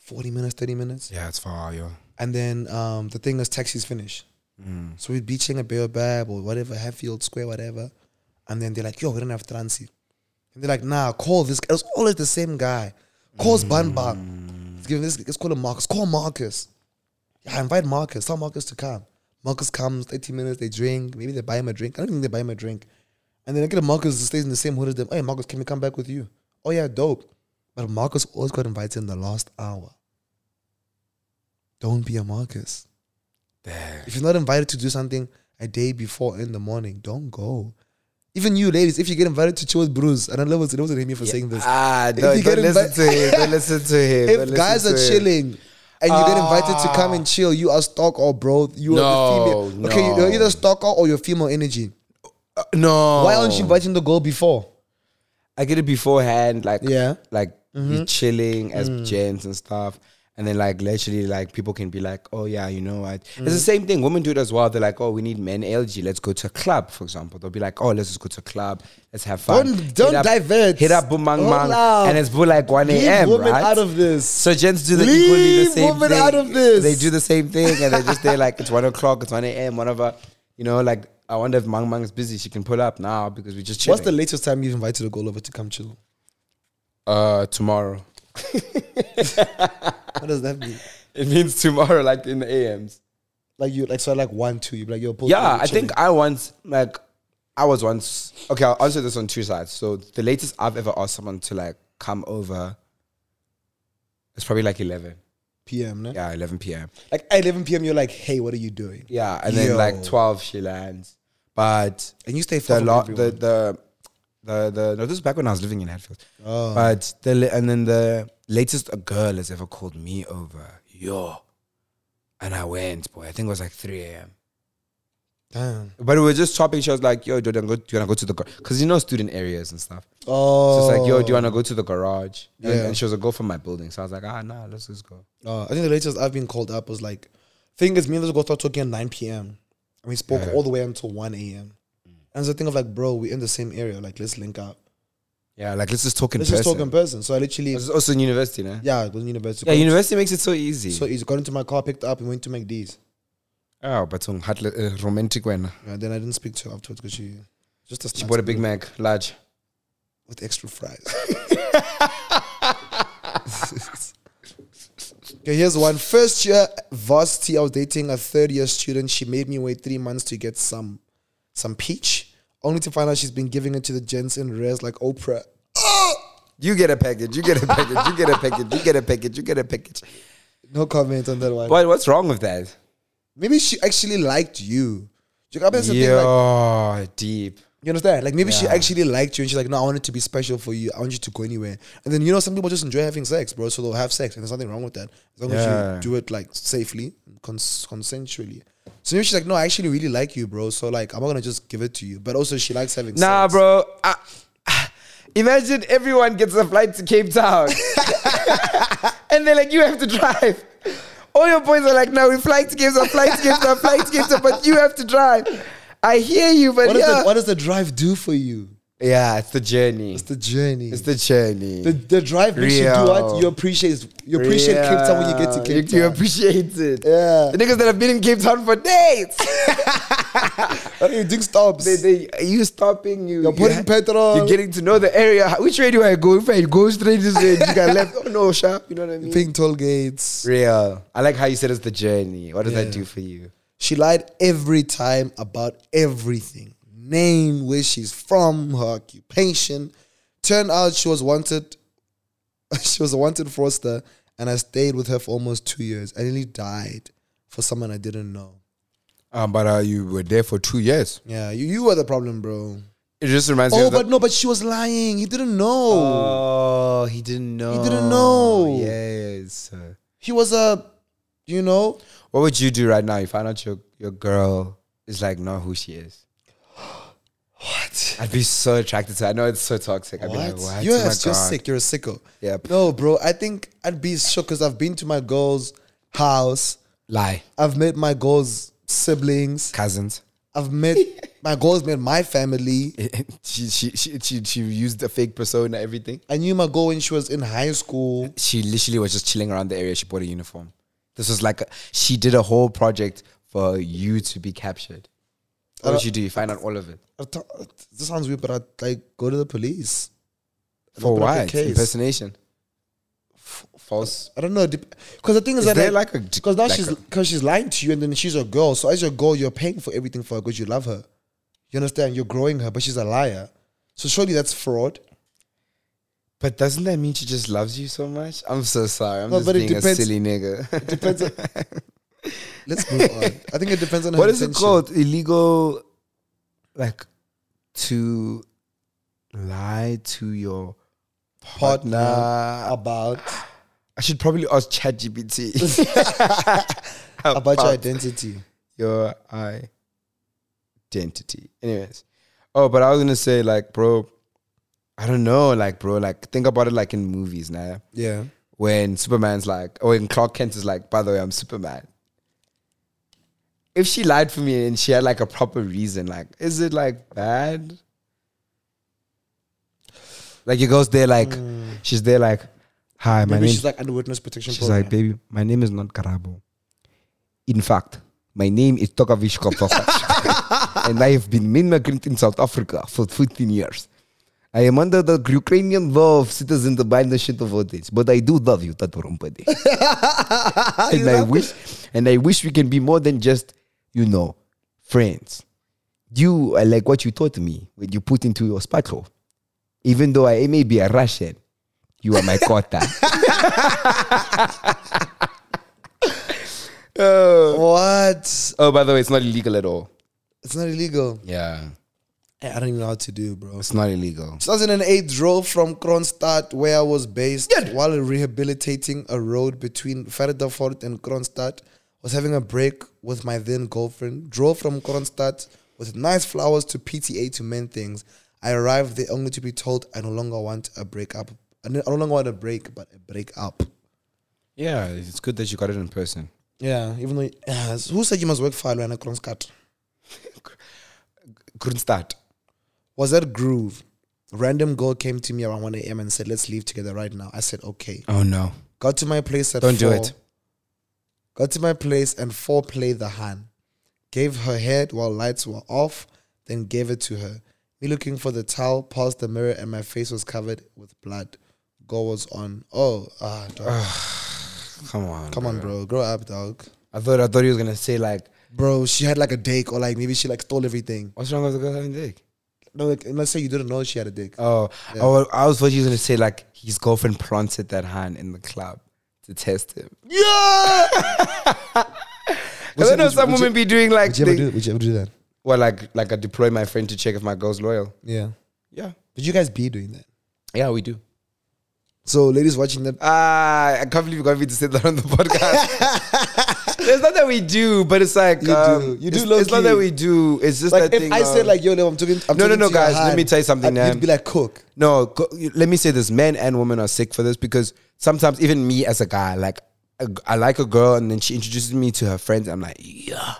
[SPEAKER 1] forty minutes, thirty minutes,
[SPEAKER 2] Yeah, it's far, yo.
[SPEAKER 1] and then um, the thing is taxis finish. So we'd be chilling at Bear Bab or whatever Hatfield Square, whatever, and then they're like, "Yo, we don't have transit," and they're like, "Nah, call this." guy. It was always the same guy. Calls Ban Ban. It's giving this. Let's call him Marcus. Call Marcus. Yeah, invite Marcus. Tell Marcus to come. Marcus comes, 30 minutes, they drink. Maybe they buy him a drink. I don't think they buy him a drink. And then I get a Marcus that stays in the same hood as them. Hey, Marcus, can we come back with you? Oh, yeah, dope. But Marcus always got invited in the last hour. Don't be a Marcus. If you're not invited to do something a day before in the morning, don't go. Even you ladies, if you get invited to chill with Bruce, and I love it, listen to me for saying this.
[SPEAKER 2] Ah,
[SPEAKER 1] If
[SPEAKER 2] don't,
[SPEAKER 1] you get
[SPEAKER 2] don't listen
[SPEAKER 1] invi-
[SPEAKER 2] to him. Don't listen
[SPEAKER 1] *laughs*
[SPEAKER 2] to him. don't
[SPEAKER 1] if
[SPEAKER 2] listen
[SPEAKER 1] guys
[SPEAKER 2] to
[SPEAKER 1] are
[SPEAKER 2] him.
[SPEAKER 1] chilling and you get invited to come
[SPEAKER 2] Ah.
[SPEAKER 1] and chill, you are stalker, bro. You
[SPEAKER 2] No,
[SPEAKER 1] are the female. Okay,
[SPEAKER 2] no.
[SPEAKER 1] you're either stalker or you're female energy.
[SPEAKER 2] Uh, no.
[SPEAKER 1] Why aren't you inviting the girl before?
[SPEAKER 2] I get it beforehand, like
[SPEAKER 1] Yeah. Mm-hmm. Mm.
[SPEAKER 2] like we chilling as gents and stuff. And then like literally like people can be like, oh yeah, you know what? It's
[SPEAKER 1] Mm.
[SPEAKER 2] the same thing. Women do it as well. They're like, oh, we need men LG. Let's go to a club, for example. They'll be like, oh, let's just go to a club. Let's have fun.
[SPEAKER 1] Don't- don't
[SPEAKER 2] hit up,
[SPEAKER 1] divert.
[SPEAKER 2] Hit up Bumang Mang,
[SPEAKER 1] Hola.
[SPEAKER 2] and it's like one
[SPEAKER 1] Leave
[SPEAKER 2] a.m.
[SPEAKER 1] women
[SPEAKER 2] right?
[SPEAKER 1] out of this.
[SPEAKER 2] So gents do the
[SPEAKER 1] Leave
[SPEAKER 2] equally the same
[SPEAKER 1] women
[SPEAKER 2] thing.
[SPEAKER 1] out of this.
[SPEAKER 2] They do the same thing, and they're just there like it's one o'clock, it's one a.m. Whatever. You know, like I wonder if Mang Mang's busy. She can pull up now because we just chilling.
[SPEAKER 1] What's the latest time you've invited a girl over to come chill?
[SPEAKER 2] uh tomorrow?
[SPEAKER 1] What does that mean?
[SPEAKER 2] It means tomorrow, like in the a.m.s.
[SPEAKER 1] Like you, like so, like one, two. You're like, yo, pull
[SPEAKER 2] Yeah, I think I once like I was once okay. I'll answer this on two sides. So the latest I've ever asked someone to like come over is probably like eleven.
[SPEAKER 1] PM. No?
[SPEAKER 2] Yeah, eleven p.m.
[SPEAKER 1] Like at 11 PM, you're like, hey, what are you doing?
[SPEAKER 2] Yeah, and then
[SPEAKER 1] Yo.
[SPEAKER 2] like twelve she lands, but
[SPEAKER 1] And you stay for
[SPEAKER 2] the la- the the the the no, this is back when I was living in Hatfield.
[SPEAKER 1] Oh.
[SPEAKER 2] But the la- and then the latest a girl has ever called me over, yo, and I went, boy. I think it was like three a.m.
[SPEAKER 1] Damn.
[SPEAKER 2] But we were just shopping. She was like, "Yo, Jordan, go, do you wanna go to the because you know student areas and stuff."
[SPEAKER 1] Oh.
[SPEAKER 2] So it's like, "Yo, do you wanna go to the garage?" And,
[SPEAKER 1] Yeah.
[SPEAKER 2] and she was a girl from my building, so I was like, "Ah, nah, let's just go."
[SPEAKER 1] Uh, I think the latest I've been called up was like, thing is, me and this girl started talking at 9 p.m. and we spoke all the way until 1 a.m. And it's the thing of like, bro, we're in the same area. Like, let's link up.
[SPEAKER 2] Yeah, like let's just talk in
[SPEAKER 1] Let's
[SPEAKER 2] person.
[SPEAKER 1] just talk in person. So I literally,
[SPEAKER 2] It's also in university, no?
[SPEAKER 1] yeah, it was in university.
[SPEAKER 2] Yeah, university makes it so easy.
[SPEAKER 1] so easy. Got into my car, picked her up, and went to McD's.
[SPEAKER 2] oh, but um, had, uh, romantic when
[SPEAKER 1] And then I didn't speak to her afterwards because she just a
[SPEAKER 2] she bought a Big Mac, large.
[SPEAKER 1] with extra fries. okay, here's one. First year varsity, I was dating a third year student. She made me wait three months to get some some peach, only to find out she's been giving it to the gents in rares like Oprah.
[SPEAKER 2] You get a package. You get a package. You get a package. You get a package. You get a package.
[SPEAKER 1] No comment on that one.
[SPEAKER 2] What? What's wrong with that?
[SPEAKER 1] Maybe she actually liked you. Do You got- that's the thing, like,
[SPEAKER 2] Yo, deep.
[SPEAKER 1] you understand? Like maybe she
[SPEAKER 2] Yeah.
[SPEAKER 1] actually liked you and she's like, no, I want it to be special for you. I want you to go anywhere. And then you know some people just enjoy having sex, bro. So they'll have sex and there's nothing wrong with that. As long as
[SPEAKER 2] Yeah.
[SPEAKER 1] you do it like safely, cons- consensually. So maybe she's like, no, I actually really like you, bro. So like I'm not gonna just give it to you. But also she likes having
[SPEAKER 2] Nah,
[SPEAKER 1] sex.
[SPEAKER 2] bro. Ah, ah. imagine everyone gets a flight to Cape Town, *laughs* and they're like, "You have to drive." All your boys are like, "No, we fly to Cape Town, fly to Cape Town, fly to Cape Town," but you have to drive. I hear you, but
[SPEAKER 1] What does,
[SPEAKER 2] yeah,
[SPEAKER 1] the, what does the drive do for you?
[SPEAKER 2] yeah, it's the journey.
[SPEAKER 1] It's the journey.
[SPEAKER 2] It's the journey.
[SPEAKER 1] the, the drive makes you do
[SPEAKER 2] Real.
[SPEAKER 1] what? You appreciate you appreciate Cape Town when you get to
[SPEAKER 2] Yeah,
[SPEAKER 1] Cape
[SPEAKER 2] You, you
[SPEAKER 1] Town.
[SPEAKER 2] appreciate it.
[SPEAKER 1] Yeah.
[SPEAKER 2] The niggas that have been in Cape Town for days.
[SPEAKER 1] What are you doing stops?
[SPEAKER 2] they, they, are you stopping? You,
[SPEAKER 1] You're putting petrol.
[SPEAKER 2] You're getting to know the area. Which way do I go? If I go straight this way, you got left.
[SPEAKER 1] *laughs*
[SPEAKER 2] Oh no, sharp. You know what I mean?
[SPEAKER 1] paying toll gates.
[SPEAKER 2] Real. I like how you said it's the journey. What does
[SPEAKER 1] Yeah.
[SPEAKER 2] that do for you?
[SPEAKER 1] She lied every time about everything name, where she's from, her occupation. Turned out she was wanted. *laughs* She was a wanted fraudster, and I stayed with her for almost two years. I nearly died for someone I didn't know.
[SPEAKER 2] Um, but uh, you were there for two years.
[SPEAKER 1] Yeah, you, you were the problem, bro.
[SPEAKER 2] It just reminds me
[SPEAKER 1] Oh,
[SPEAKER 2] of the-
[SPEAKER 1] but no, but she was lying. He didn't know.
[SPEAKER 2] Oh, he didn't know.
[SPEAKER 1] didn't know.
[SPEAKER 2] Yes.
[SPEAKER 1] he was a, you know,
[SPEAKER 2] What would you do right now? You find out your, your girl is like not who she is.
[SPEAKER 1] what?
[SPEAKER 2] I'd be so attracted to her. I know it's so toxic. I'd be like,
[SPEAKER 1] What?
[SPEAKER 2] what?
[SPEAKER 1] You're,
[SPEAKER 2] Oh my
[SPEAKER 1] you're
[SPEAKER 2] God.
[SPEAKER 1] sick. You're a sicko.
[SPEAKER 2] Yep.
[SPEAKER 1] No, bro. I think I'd be shocked because I've been to my girl's house.
[SPEAKER 2] Lie.
[SPEAKER 1] I've met my girl's siblings.
[SPEAKER 2] Cousins. *laughs*
[SPEAKER 1] I've met my girl's met my family.
[SPEAKER 2] she, she, she, she, she used a fake persona, everything.
[SPEAKER 1] I knew my girl when she was in high school.
[SPEAKER 2] she literally was just chilling around the area. She bought a uniform. This was like a, she did a whole project for you to be captured. What
[SPEAKER 1] Uh,
[SPEAKER 2] would you do? You find out all of it
[SPEAKER 1] I thought- This sounds weird, but I'd like go to the police. I'd
[SPEAKER 2] for
[SPEAKER 1] open up a
[SPEAKER 2] what?
[SPEAKER 1] case.
[SPEAKER 2] Impersonation. F- false.
[SPEAKER 1] I don't know. Because the thing is,
[SPEAKER 2] Is
[SPEAKER 1] that
[SPEAKER 2] there like a
[SPEAKER 1] because now
[SPEAKER 2] like
[SPEAKER 1] she's
[SPEAKER 2] a-
[SPEAKER 1] because she's lying to you, and then she's your girl. So as your girl, you're paying for everything for her because you love her. You understand? You're growing her, but she's a liar. So surely that's fraud.
[SPEAKER 2] But doesn't that mean she just loves you so much? I'm so sorry. I'm
[SPEAKER 1] No,
[SPEAKER 2] just
[SPEAKER 1] but it
[SPEAKER 2] being a
[SPEAKER 1] depends-
[SPEAKER 2] silly nigga. *laughs*
[SPEAKER 1] Depends on- let's move on. I think it depends on her
[SPEAKER 2] what is it
[SPEAKER 1] intention.
[SPEAKER 2] called? Illegal, like to lie to your
[SPEAKER 1] Partner.
[SPEAKER 2] partner.
[SPEAKER 1] about
[SPEAKER 2] I should probably ask
[SPEAKER 1] *laughs*
[SPEAKER 2] ChatGPT *laughs*
[SPEAKER 1] about your identity.
[SPEAKER 2] your identity. Anyways, oh, but I was gonna say like, bro, I don't know, like, bro, like, think about it like in movies, nah.
[SPEAKER 1] Yeah.
[SPEAKER 2] when Superman's like, or when Clark Kent is like, by the way, I'm Superman. If she lied for me and she had like a proper reason, like, is it like bad? Like it goes there, like she's there, like, hi, my
[SPEAKER 1] Mm. Maybe
[SPEAKER 2] name.
[SPEAKER 1] she's like under witness protection
[SPEAKER 2] She's
[SPEAKER 1] program.
[SPEAKER 2] like, baby, my name is not Karabo. In fact, my name is Tokavish Koptokac. *laughs* and I have been migrant in South Africa for 15 years. I am under the Ukrainian law of citizen to bind the shit of old age, but I do love you, Tatu Rumpadi. and I wish and I wish we can be more than just, you know, friends. You are like what you taught me when you put into your sparkle. Even though I may be a Russian, you are *laughs* my quota.
[SPEAKER 1] what?
[SPEAKER 2] Oh, by the way, it's not illegal at all.
[SPEAKER 1] It's not illegal.
[SPEAKER 2] Yeah,
[SPEAKER 1] Eh, I don't even know how to do, bro.
[SPEAKER 2] it's not illegal.
[SPEAKER 1] 2008 drove from Kronstadt, where I was based, while rehabilitating a road between Ferdafort and Kronstadt. Was having a break with my then girlfriend. Drove from Kronstadt with nice flowers to PTA to mend things. I arrived there only to be told I no longer want a breakup. I no I no longer want a break, but a breakup.
[SPEAKER 2] Yeah, it's good that you got it in person.
[SPEAKER 1] Yeah, even though *sighs* uh, who said you must work for Alwana Kronstadt?
[SPEAKER 2] Grundstadt.
[SPEAKER 1] Was that groove? Random girl came to me around 1 a.m. and said, "Let's leave together right now." I said, "Okay."
[SPEAKER 2] Oh no.
[SPEAKER 1] Got to my place at
[SPEAKER 2] Don't do
[SPEAKER 1] four.
[SPEAKER 2] it.
[SPEAKER 1] Got to my place and foreplay the hand. Gave her head while lights were off, then gave it to her. Me looking for the towel, passed the mirror, and my face was covered with blood. Go was on. Oh, ah, dog.
[SPEAKER 2] Come on.
[SPEAKER 1] come on, bro. Grow up, dog.
[SPEAKER 2] I thought I thought he was gonna say like,
[SPEAKER 1] Bro, she had like a dick, or like maybe she like stole everything.
[SPEAKER 2] what's wrong with the girl having dick?
[SPEAKER 1] No, like, let's say you didn't know she had a dick.
[SPEAKER 2] Oh, oh, I was thought he was gonna say like his girlfriend planted that hand in the club to test him.
[SPEAKER 1] Yeah.
[SPEAKER 2] I
[SPEAKER 1] Would you-
[SPEAKER 2] don't know
[SPEAKER 1] would you-
[SPEAKER 2] some
[SPEAKER 1] would you-
[SPEAKER 2] women be doing like,
[SPEAKER 1] Would you ever
[SPEAKER 2] they,
[SPEAKER 1] do? Would you ever do that?
[SPEAKER 2] well, like like I deploy my friend to check if my girl's loyal.
[SPEAKER 1] Yeah.
[SPEAKER 2] Yeah,
[SPEAKER 1] Would you guys be doing that?
[SPEAKER 2] yeah, we do.
[SPEAKER 1] So, ladies watching that,
[SPEAKER 2] Ah, I can't believe you got me to say that on the podcast. *laughs* it's not that we do, but it's like
[SPEAKER 1] You
[SPEAKER 2] um,
[SPEAKER 1] do. You do
[SPEAKER 2] it's,
[SPEAKER 1] low
[SPEAKER 2] it's not
[SPEAKER 1] key.
[SPEAKER 2] that we do. It's just
[SPEAKER 1] like,
[SPEAKER 2] that
[SPEAKER 1] if
[SPEAKER 2] thing.
[SPEAKER 1] I
[SPEAKER 2] of-
[SPEAKER 1] said like, "Yo, no, I'm talking," I'm
[SPEAKER 2] No,
[SPEAKER 1] talking
[SPEAKER 2] no, no,
[SPEAKER 1] to your
[SPEAKER 2] guys, let
[SPEAKER 1] hand,
[SPEAKER 2] me tell you something,
[SPEAKER 1] I'd,
[SPEAKER 2] um,
[SPEAKER 1] you'd be like, "Cook."
[SPEAKER 2] no, co- let me say this: men and women are sick for this because sometimes even me as a guy, like I, I like a girl, and then she introduces me to her friends. I'm like, yeah,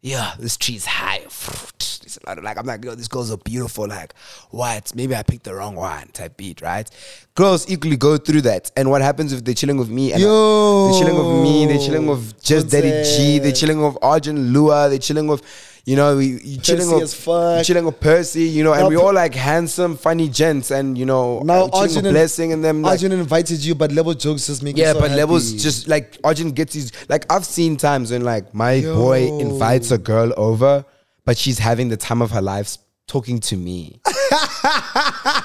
[SPEAKER 2] yeah, this tree's high *laughs* fruit. It's a lot of like, I'm like, yo, these girls are beautiful. Like, what? Maybe I picked the wrong one type beat, right? Girls equally go through that. And what happens if they're chilling with me? And I-
[SPEAKER 1] Yo.
[SPEAKER 2] they're chilling with me. They're chilling with just Daddy G. They're chilling with Arjun Lua. They're chilling with, you know, we- you chilling
[SPEAKER 1] Percy
[SPEAKER 2] with,
[SPEAKER 1] as fuck.
[SPEAKER 2] you chilling with Percy, you know, and
[SPEAKER 1] Now
[SPEAKER 2] we
[SPEAKER 1] Per-
[SPEAKER 2] all like handsome, funny gents. And, you know,
[SPEAKER 1] Now
[SPEAKER 2] I'm chilling
[SPEAKER 1] Arjun
[SPEAKER 2] with
[SPEAKER 1] and-
[SPEAKER 2] Blessing and them. Like,
[SPEAKER 1] Arjun invited you, but level jokes just make you
[SPEAKER 2] yeah,
[SPEAKER 1] so
[SPEAKER 2] but levels
[SPEAKER 1] happy. *laughs*
[SPEAKER 2] just like Arjun gets his like I've seen times when like my boy invites a girl over, but she's having the time of her life talking
[SPEAKER 1] *laughs*
[SPEAKER 2] to me.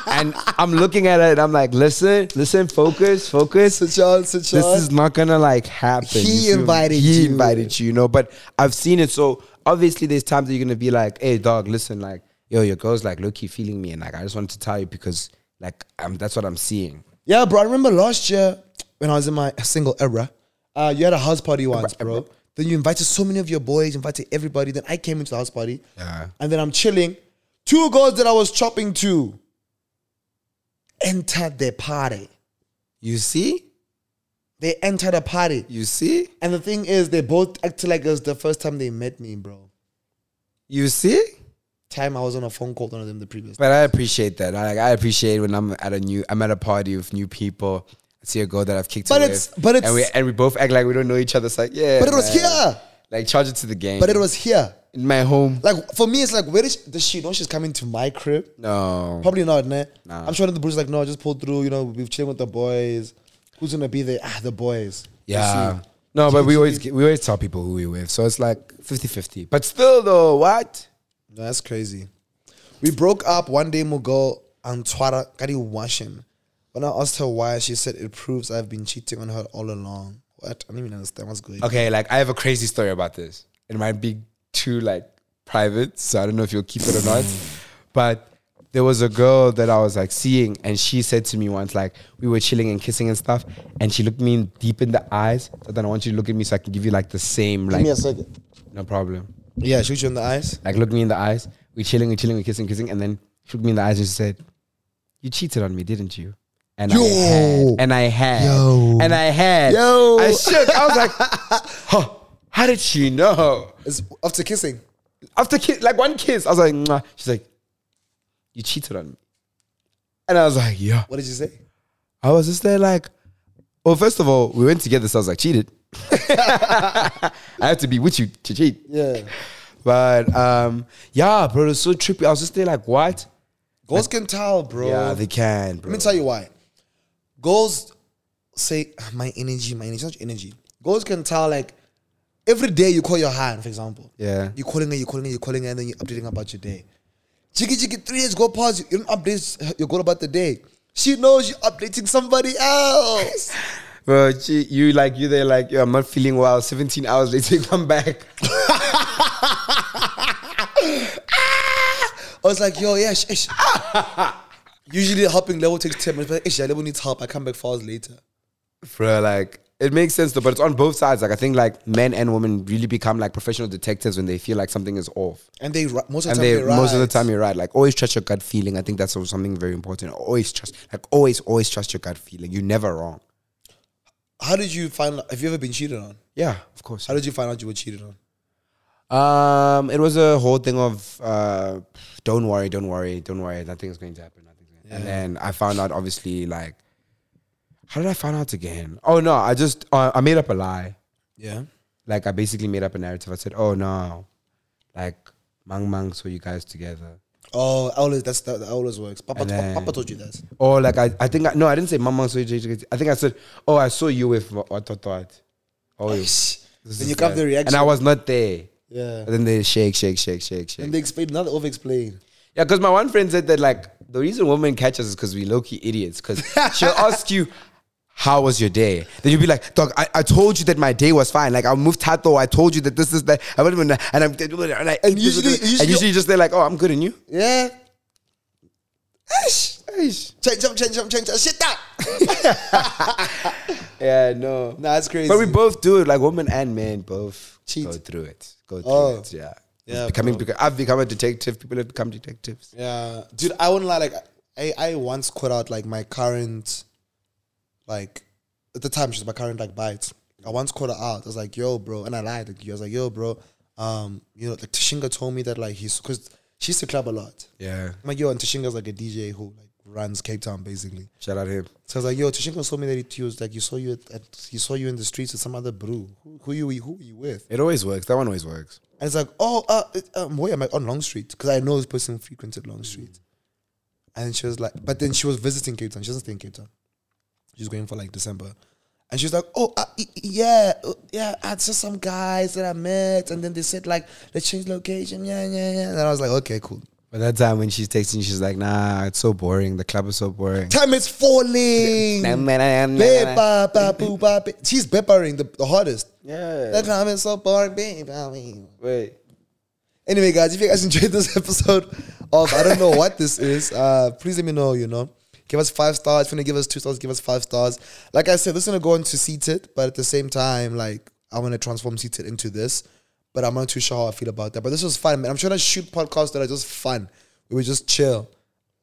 [SPEAKER 2] and I'm looking at her and I'm like, listen, listen, focus, focus.
[SPEAKER 1] Sit down, sit
[SPEAKER 2] This
[SPEAKER 1] down.
[SPEAKER 2] is not gonna like happen.
[SPEAKER 1] He
[SPEAKER 2] you feel me?
[SPEAKER 1] invited
[SPEAKER 2] He
[SPEAKER 1] you.
[SPEAKER 2] invited you, you know. But I've seen it. So obviously there's times that you're gonna be like, hey dog, listen, like, yo, your girl's like low key feeling me and like I just wanted to tell you because like I'm, that's what I'm seeing.
[SPEAKER 1] yeah, bro. I remember last year when I was in my single era, uh, you had a house party once, bro. Then you invited so many of your boys, invited everybody. Then I came into the house party,
[SPEAKER 2] Yeah.
[SPEAKER 1] and then I'm chilling. Two girls that I was chopping to entered the party.
[SPEAKER 2] You see?
[SPEAKER 1] They entered the party.
[SPEAKER 2] You see?
[SPEAKER 1] And the thing is, they both acted like it was the first time they met me, bro.
[SPEAKER 2] You see?
[SPEAKER 1] Time I was on a phone call with one of them the previous.
[SPEAKER 2] But I appreciate that. I, like, I appreciate when I'm at a new, I'm at a party with new people. I see a girl that I've kicked.
[SPEAKER 1] But
[SPEAKER 2] it
[SPEAKER 1] it's-
[SPEAKER 2] with,
[SPEAKER 1] but it's-
[SPEAKER 2] and we and we both act like we don't know each other. It's like yeah,
[SPEAKER 1] But it was
[SPEAKER 2] man.
[SPEAKER 1] here.
[SPEAKER 2] Like charge it to the game.
[SPEAKER 1] But it was here.
[SPEAKER 2] in my home.
[SPEAKER 1] Like for me, it's like where is she, does she know she's coming to my crib?
[SPEAKER 2] No,
[SPEAKER 1] Probably not, nah.
[SPEAKER 2] Nah.
[SPEAKER 1] I'm sure the bruise like, no, I just pulled through. You know, we've chilling with the boys. Who's gonna be there? Ah, the boys. You
[SPEAKER 2] yeah,
[SPEAKER 1] see?
[SPEAKER 2] no. But we always we always tell people who we with, so it's like 50-50. But still, though, what?
[SPEAKER 1] No, that's crazy. We broke up one day. Mugo and Twara got washing. When I asked her why, she said it proves I've been cheating on her all along. What? I don't even understand what's going. on.
[SPEAKER 2] Okay, like I have a crazy story about this. It might be too like private, so I don't know if you'll keep it or not. But there was a girl that I was like seeing, and she said to me once, like we were chilling and kissing and stuff, and she looked me in deep in the eyes. So then I want you to look at me so I can give you like the same,
[SPEAKER 1] Give
[SPEAKER 2] like
[SPEAKER 1] me a second.
[SPEAKER 2] no problem.
[SPEAKER 1] Yeah, shoot you in the eyes.
[SPEAKER 2] Like look me in the eyes. We chilling, we chilling, we kissing, kissing, and then she looked me in the eyes and she said, "You cheated on me, didn't you?" And I
[SPEAKER 1] Yo.
[SPEAKER 2] had, and I had,
[SPEAKER 1] Yo.
[SPEAKER 2] and I had.
[SPEAKER 1] Yo.
[SPEAKER 2] I shook. I
[SPEAKER 1] *laughs*
[SPEAKER 2] was like, huh, how did she know?
[SPEAKER 1] It's after kissing.
[SPEAKER 2] After kiss, like one kiss, I was like, Mwah. she's like, you cheated on me. And I was like, yeah.
[SPEAKER 1] What did you say?
[SPEAKER 2] I was just there like, well, first of all, we went together, so I was like, cheated. *laughs* I had to be with you to cheat.
[SPEAKER 1] Yeah.
[SPEAKER 2] But um, yeah, bro, it was so trippy. I was just there like, what?
[SPEAKER 1] Girls can tell, bro.
[SPEAKER 2] Yeah, they can, bro.
[SPEAKER 1] Let me tell you why. Girls say "Ah, my energy, my energy, not energy. Girls can tell like every day you call your hand, for example.
[SPEAKER 2] Yeah.
[SPEAKER 1] You're calling her, you're calling her, you're calling her, and then you're updating about your day. Jiggy jiggy, three days go past, you- you don't update your girl about the day. She knows you're updating somebody else.
[SPEAKER 2] Bro, gee, you like you there like yo, I'm not feeling well. 17 hours later, *laughs* you come back.
[SPEAKER 1] I was like, yo, yeah, *laughs* sh- sh- Usually the helping level takes 10 minutes, but ish, level needs help. I come back four hours later.
[SPEAKER 2] Bro, like it makes sense though, but it's on both sides. Like I think like men and women really become like professional detectives when they feel like something is off.
[SPEAKER 1] And they ri- most of the
[SPEAKER 2] And
[SPEAKER 1] time
[SPEAKER 2] they,
[SPEAKER 1] they,
[SPEAKER 2] most of the
[SPEAKER 1] right.
[SPEAKER 2] time you're right. Like always trust your gut feeling. I think that's also something very important. Always trust like always, always trust your gut feeling. You're never wrong.
[SPEAKER 1] How did you find have you ever been cheated on?
[SPEAKER 2] Yeah, of course.
[SPEAKER 1] How did you find out you were cheated on?
[SPEAKER 2] Um, it was a whole thing of uh, don't worry, don't worry, don't worry. Nothing's going to happen. Nothing's going to happen. And then I found out, obviously, like, how did I find out again? Oh no, I just uh, I made up a lie.
[SPEAKER 1] Yeah.
[SPEAKER 2] Like I basically made up a narrative. I said, oh no, like Mang Mang saw you guys together.
[SPEAKER 1] Oh, I always that's that, that always works. Papa,
[SPEAKER 2] And then-
[SPEAKER 1] Papa told you that.
[SPEAKER 2] Or like I, I think I, no, I didn't say Mang Mang saw you together. I think I said, oh, I saw you with what what what. Oh, you- this
[SPEAKER 1] then you
[SPEAKER 2] is
[SPEAKER 1] got the
[SPEAKER 2] that.
[SPEAKER 1] reaction.
[SPEAKER 2] and I was not there.
[SPEAKER 1] yeah.
[SPEAKER 2] And then they shake, shake, shake, shake, shake.
[SPEAKER 1] And they explain, not over explain.
[SPEAKER 2] Yeah, because my one friend said that like the reason women catch us is because we low key idiots. Because
[SPEAKER 1] *laughs*
[SPEAKER 2] she'll ask you, "How was your day?" Then you'll be like, "Dog, I, I told you that my day was fine. Like I moved tato. I told you that this is that. I wouldn't even. And I'm and, I,
[SPEAKER 1] And usually- usually-
[SPEAKER 2] and usually just they're like, "Oh, I'm good, and you."
[SPEAKER 1] Yeah. Eesh.
[SPEAKER 2] Eish.
[SPEAKER 1] Change up, change up, change up. Shit that.
[SPEAKER 2] Yeah, no.
[SPEAKER 1] Nah, it's crazy.
[SPEAKER 2] But we both do it, like women and men both
[SPEAKER 1] Cheat.
[SPEAKER 2] go through it. Go through
[SPEAKER 1] Oh.
[SPEAKER 2] it. Yeah.
[SPEAKER 1] Yeah,
[SPEAKER 2] It's becoming because I've become a detective. People have become detectives.
[SPEAKER 1] yeah, dude. I wouldn't lie. Like, I I once quit out like my current, like, at the time she was my current like bite. I once called her out. I was like, "Yo, bro," and I lied. Like, I was like, "Yo, bro," um, you know, like Tashinga told me that like he's because she used to club a lot.
[SPEAKER 2] Yeah.
[SPEAKER 1] I'm like, "Yo," and Tashinga's like a DJ who like runs Cape Town basically.
[SPEAKER 2] Shout out him.
[SPEAKER 1] So I was like, yo, Tashinko told me that he, he was like, you saw you at, at he saw you in the streets with some other brew. Who, who you who you with?
[SPEAKER 2] It always works. That one always works.
[SPEAKER 1] And it's like, oh, uh, it- um, where am I on Long Street? Because I know this person frequented Long Street. And then she was like, but then she was visiting Cape Town. She doesn't stay in Cape Town. She's going for like December, and she was like, oh, uh, e- e- yeah, uh, yeah, I saw some guys that I met, and then they said like, let's change location, yeah, yeah, yeah. And I was like, okay, cool.
[SPEAKER 2] But that time when she's texting, she's like, nah, it's so boring. The club is
[SPEAKER 1] *laughs*
[SPEAKER 2] so boring.
[SPEAKER 1] Time is falling.
[SPEAKER 2] Yeah.
[SPEAKER 1] Beba, ba, boo, ba, be- She's peppering the, the hardest. That time is so boring, babe. I mean.
[SPEAKER 2] Wait.
[SPEAKER 1] Anyway, guys, if you guys *laughs* enjoyed this episode of I don't know what this is, uh, please let me know. You know, give us five stars. If you want to give us two stars, give us five stars. Like I said, this is gonna go into seated, but at the same time, like I want to transform seated into this. But I'm not too sure how I feel about that. But this was fun, man. I'm trying to shoot podcasts that are just fun. We were just chill.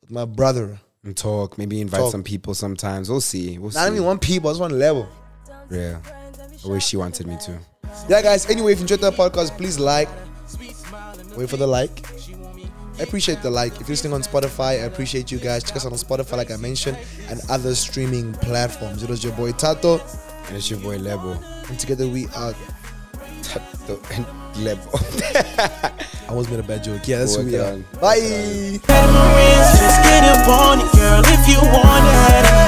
[SPEAKER 1] With my brother.
[SPEAKER 2] And talk. Maybe invite
[SPEAKER 1] Talk.
[SPEAKER 2] some people sometimes. We'll see. We'll
[SPEAKER 1] Not
[SPEAKER 2] see.
[SPEAKER 1] even one people, I just one level.
[SPEAKER 2] Yeah. I wish she wanted me to.
[SPEAKER 1] Yeah, guys. Anyway, if you enjoyed that podcast, please like. Wait for the like. I appreciate the like. If you're listening on Spotify, I appreciate you guys. Check us out on Spotify, like I mentioned, and other streaming platforms. It was your boy Tato,
[SPEAKER 2] And it's your boy Lebo.
[SPEAKER 1] and together we are.
[SPEAKER 2] Tato and Lebo.
[SPEAKER 1] I almost made a bad joke. Yeah, that's who
[SPEAKER 2] Work
[SPEAKER 1] we
[SPEAKER 2] it
[SPEAKER 1] are.
[SPEAKER 2] on. Work
[SPEAKER 1] Bye.
[SPEAKER 2] it
[SPEAKER 3] Catamarans, just get up on it, girl, if you want it.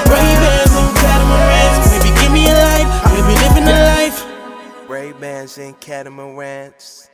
[SPEAKER 3] Ray-Bans and catamarans, baby, give me a light. Baby, living a life. Ray-Bans and catamarans.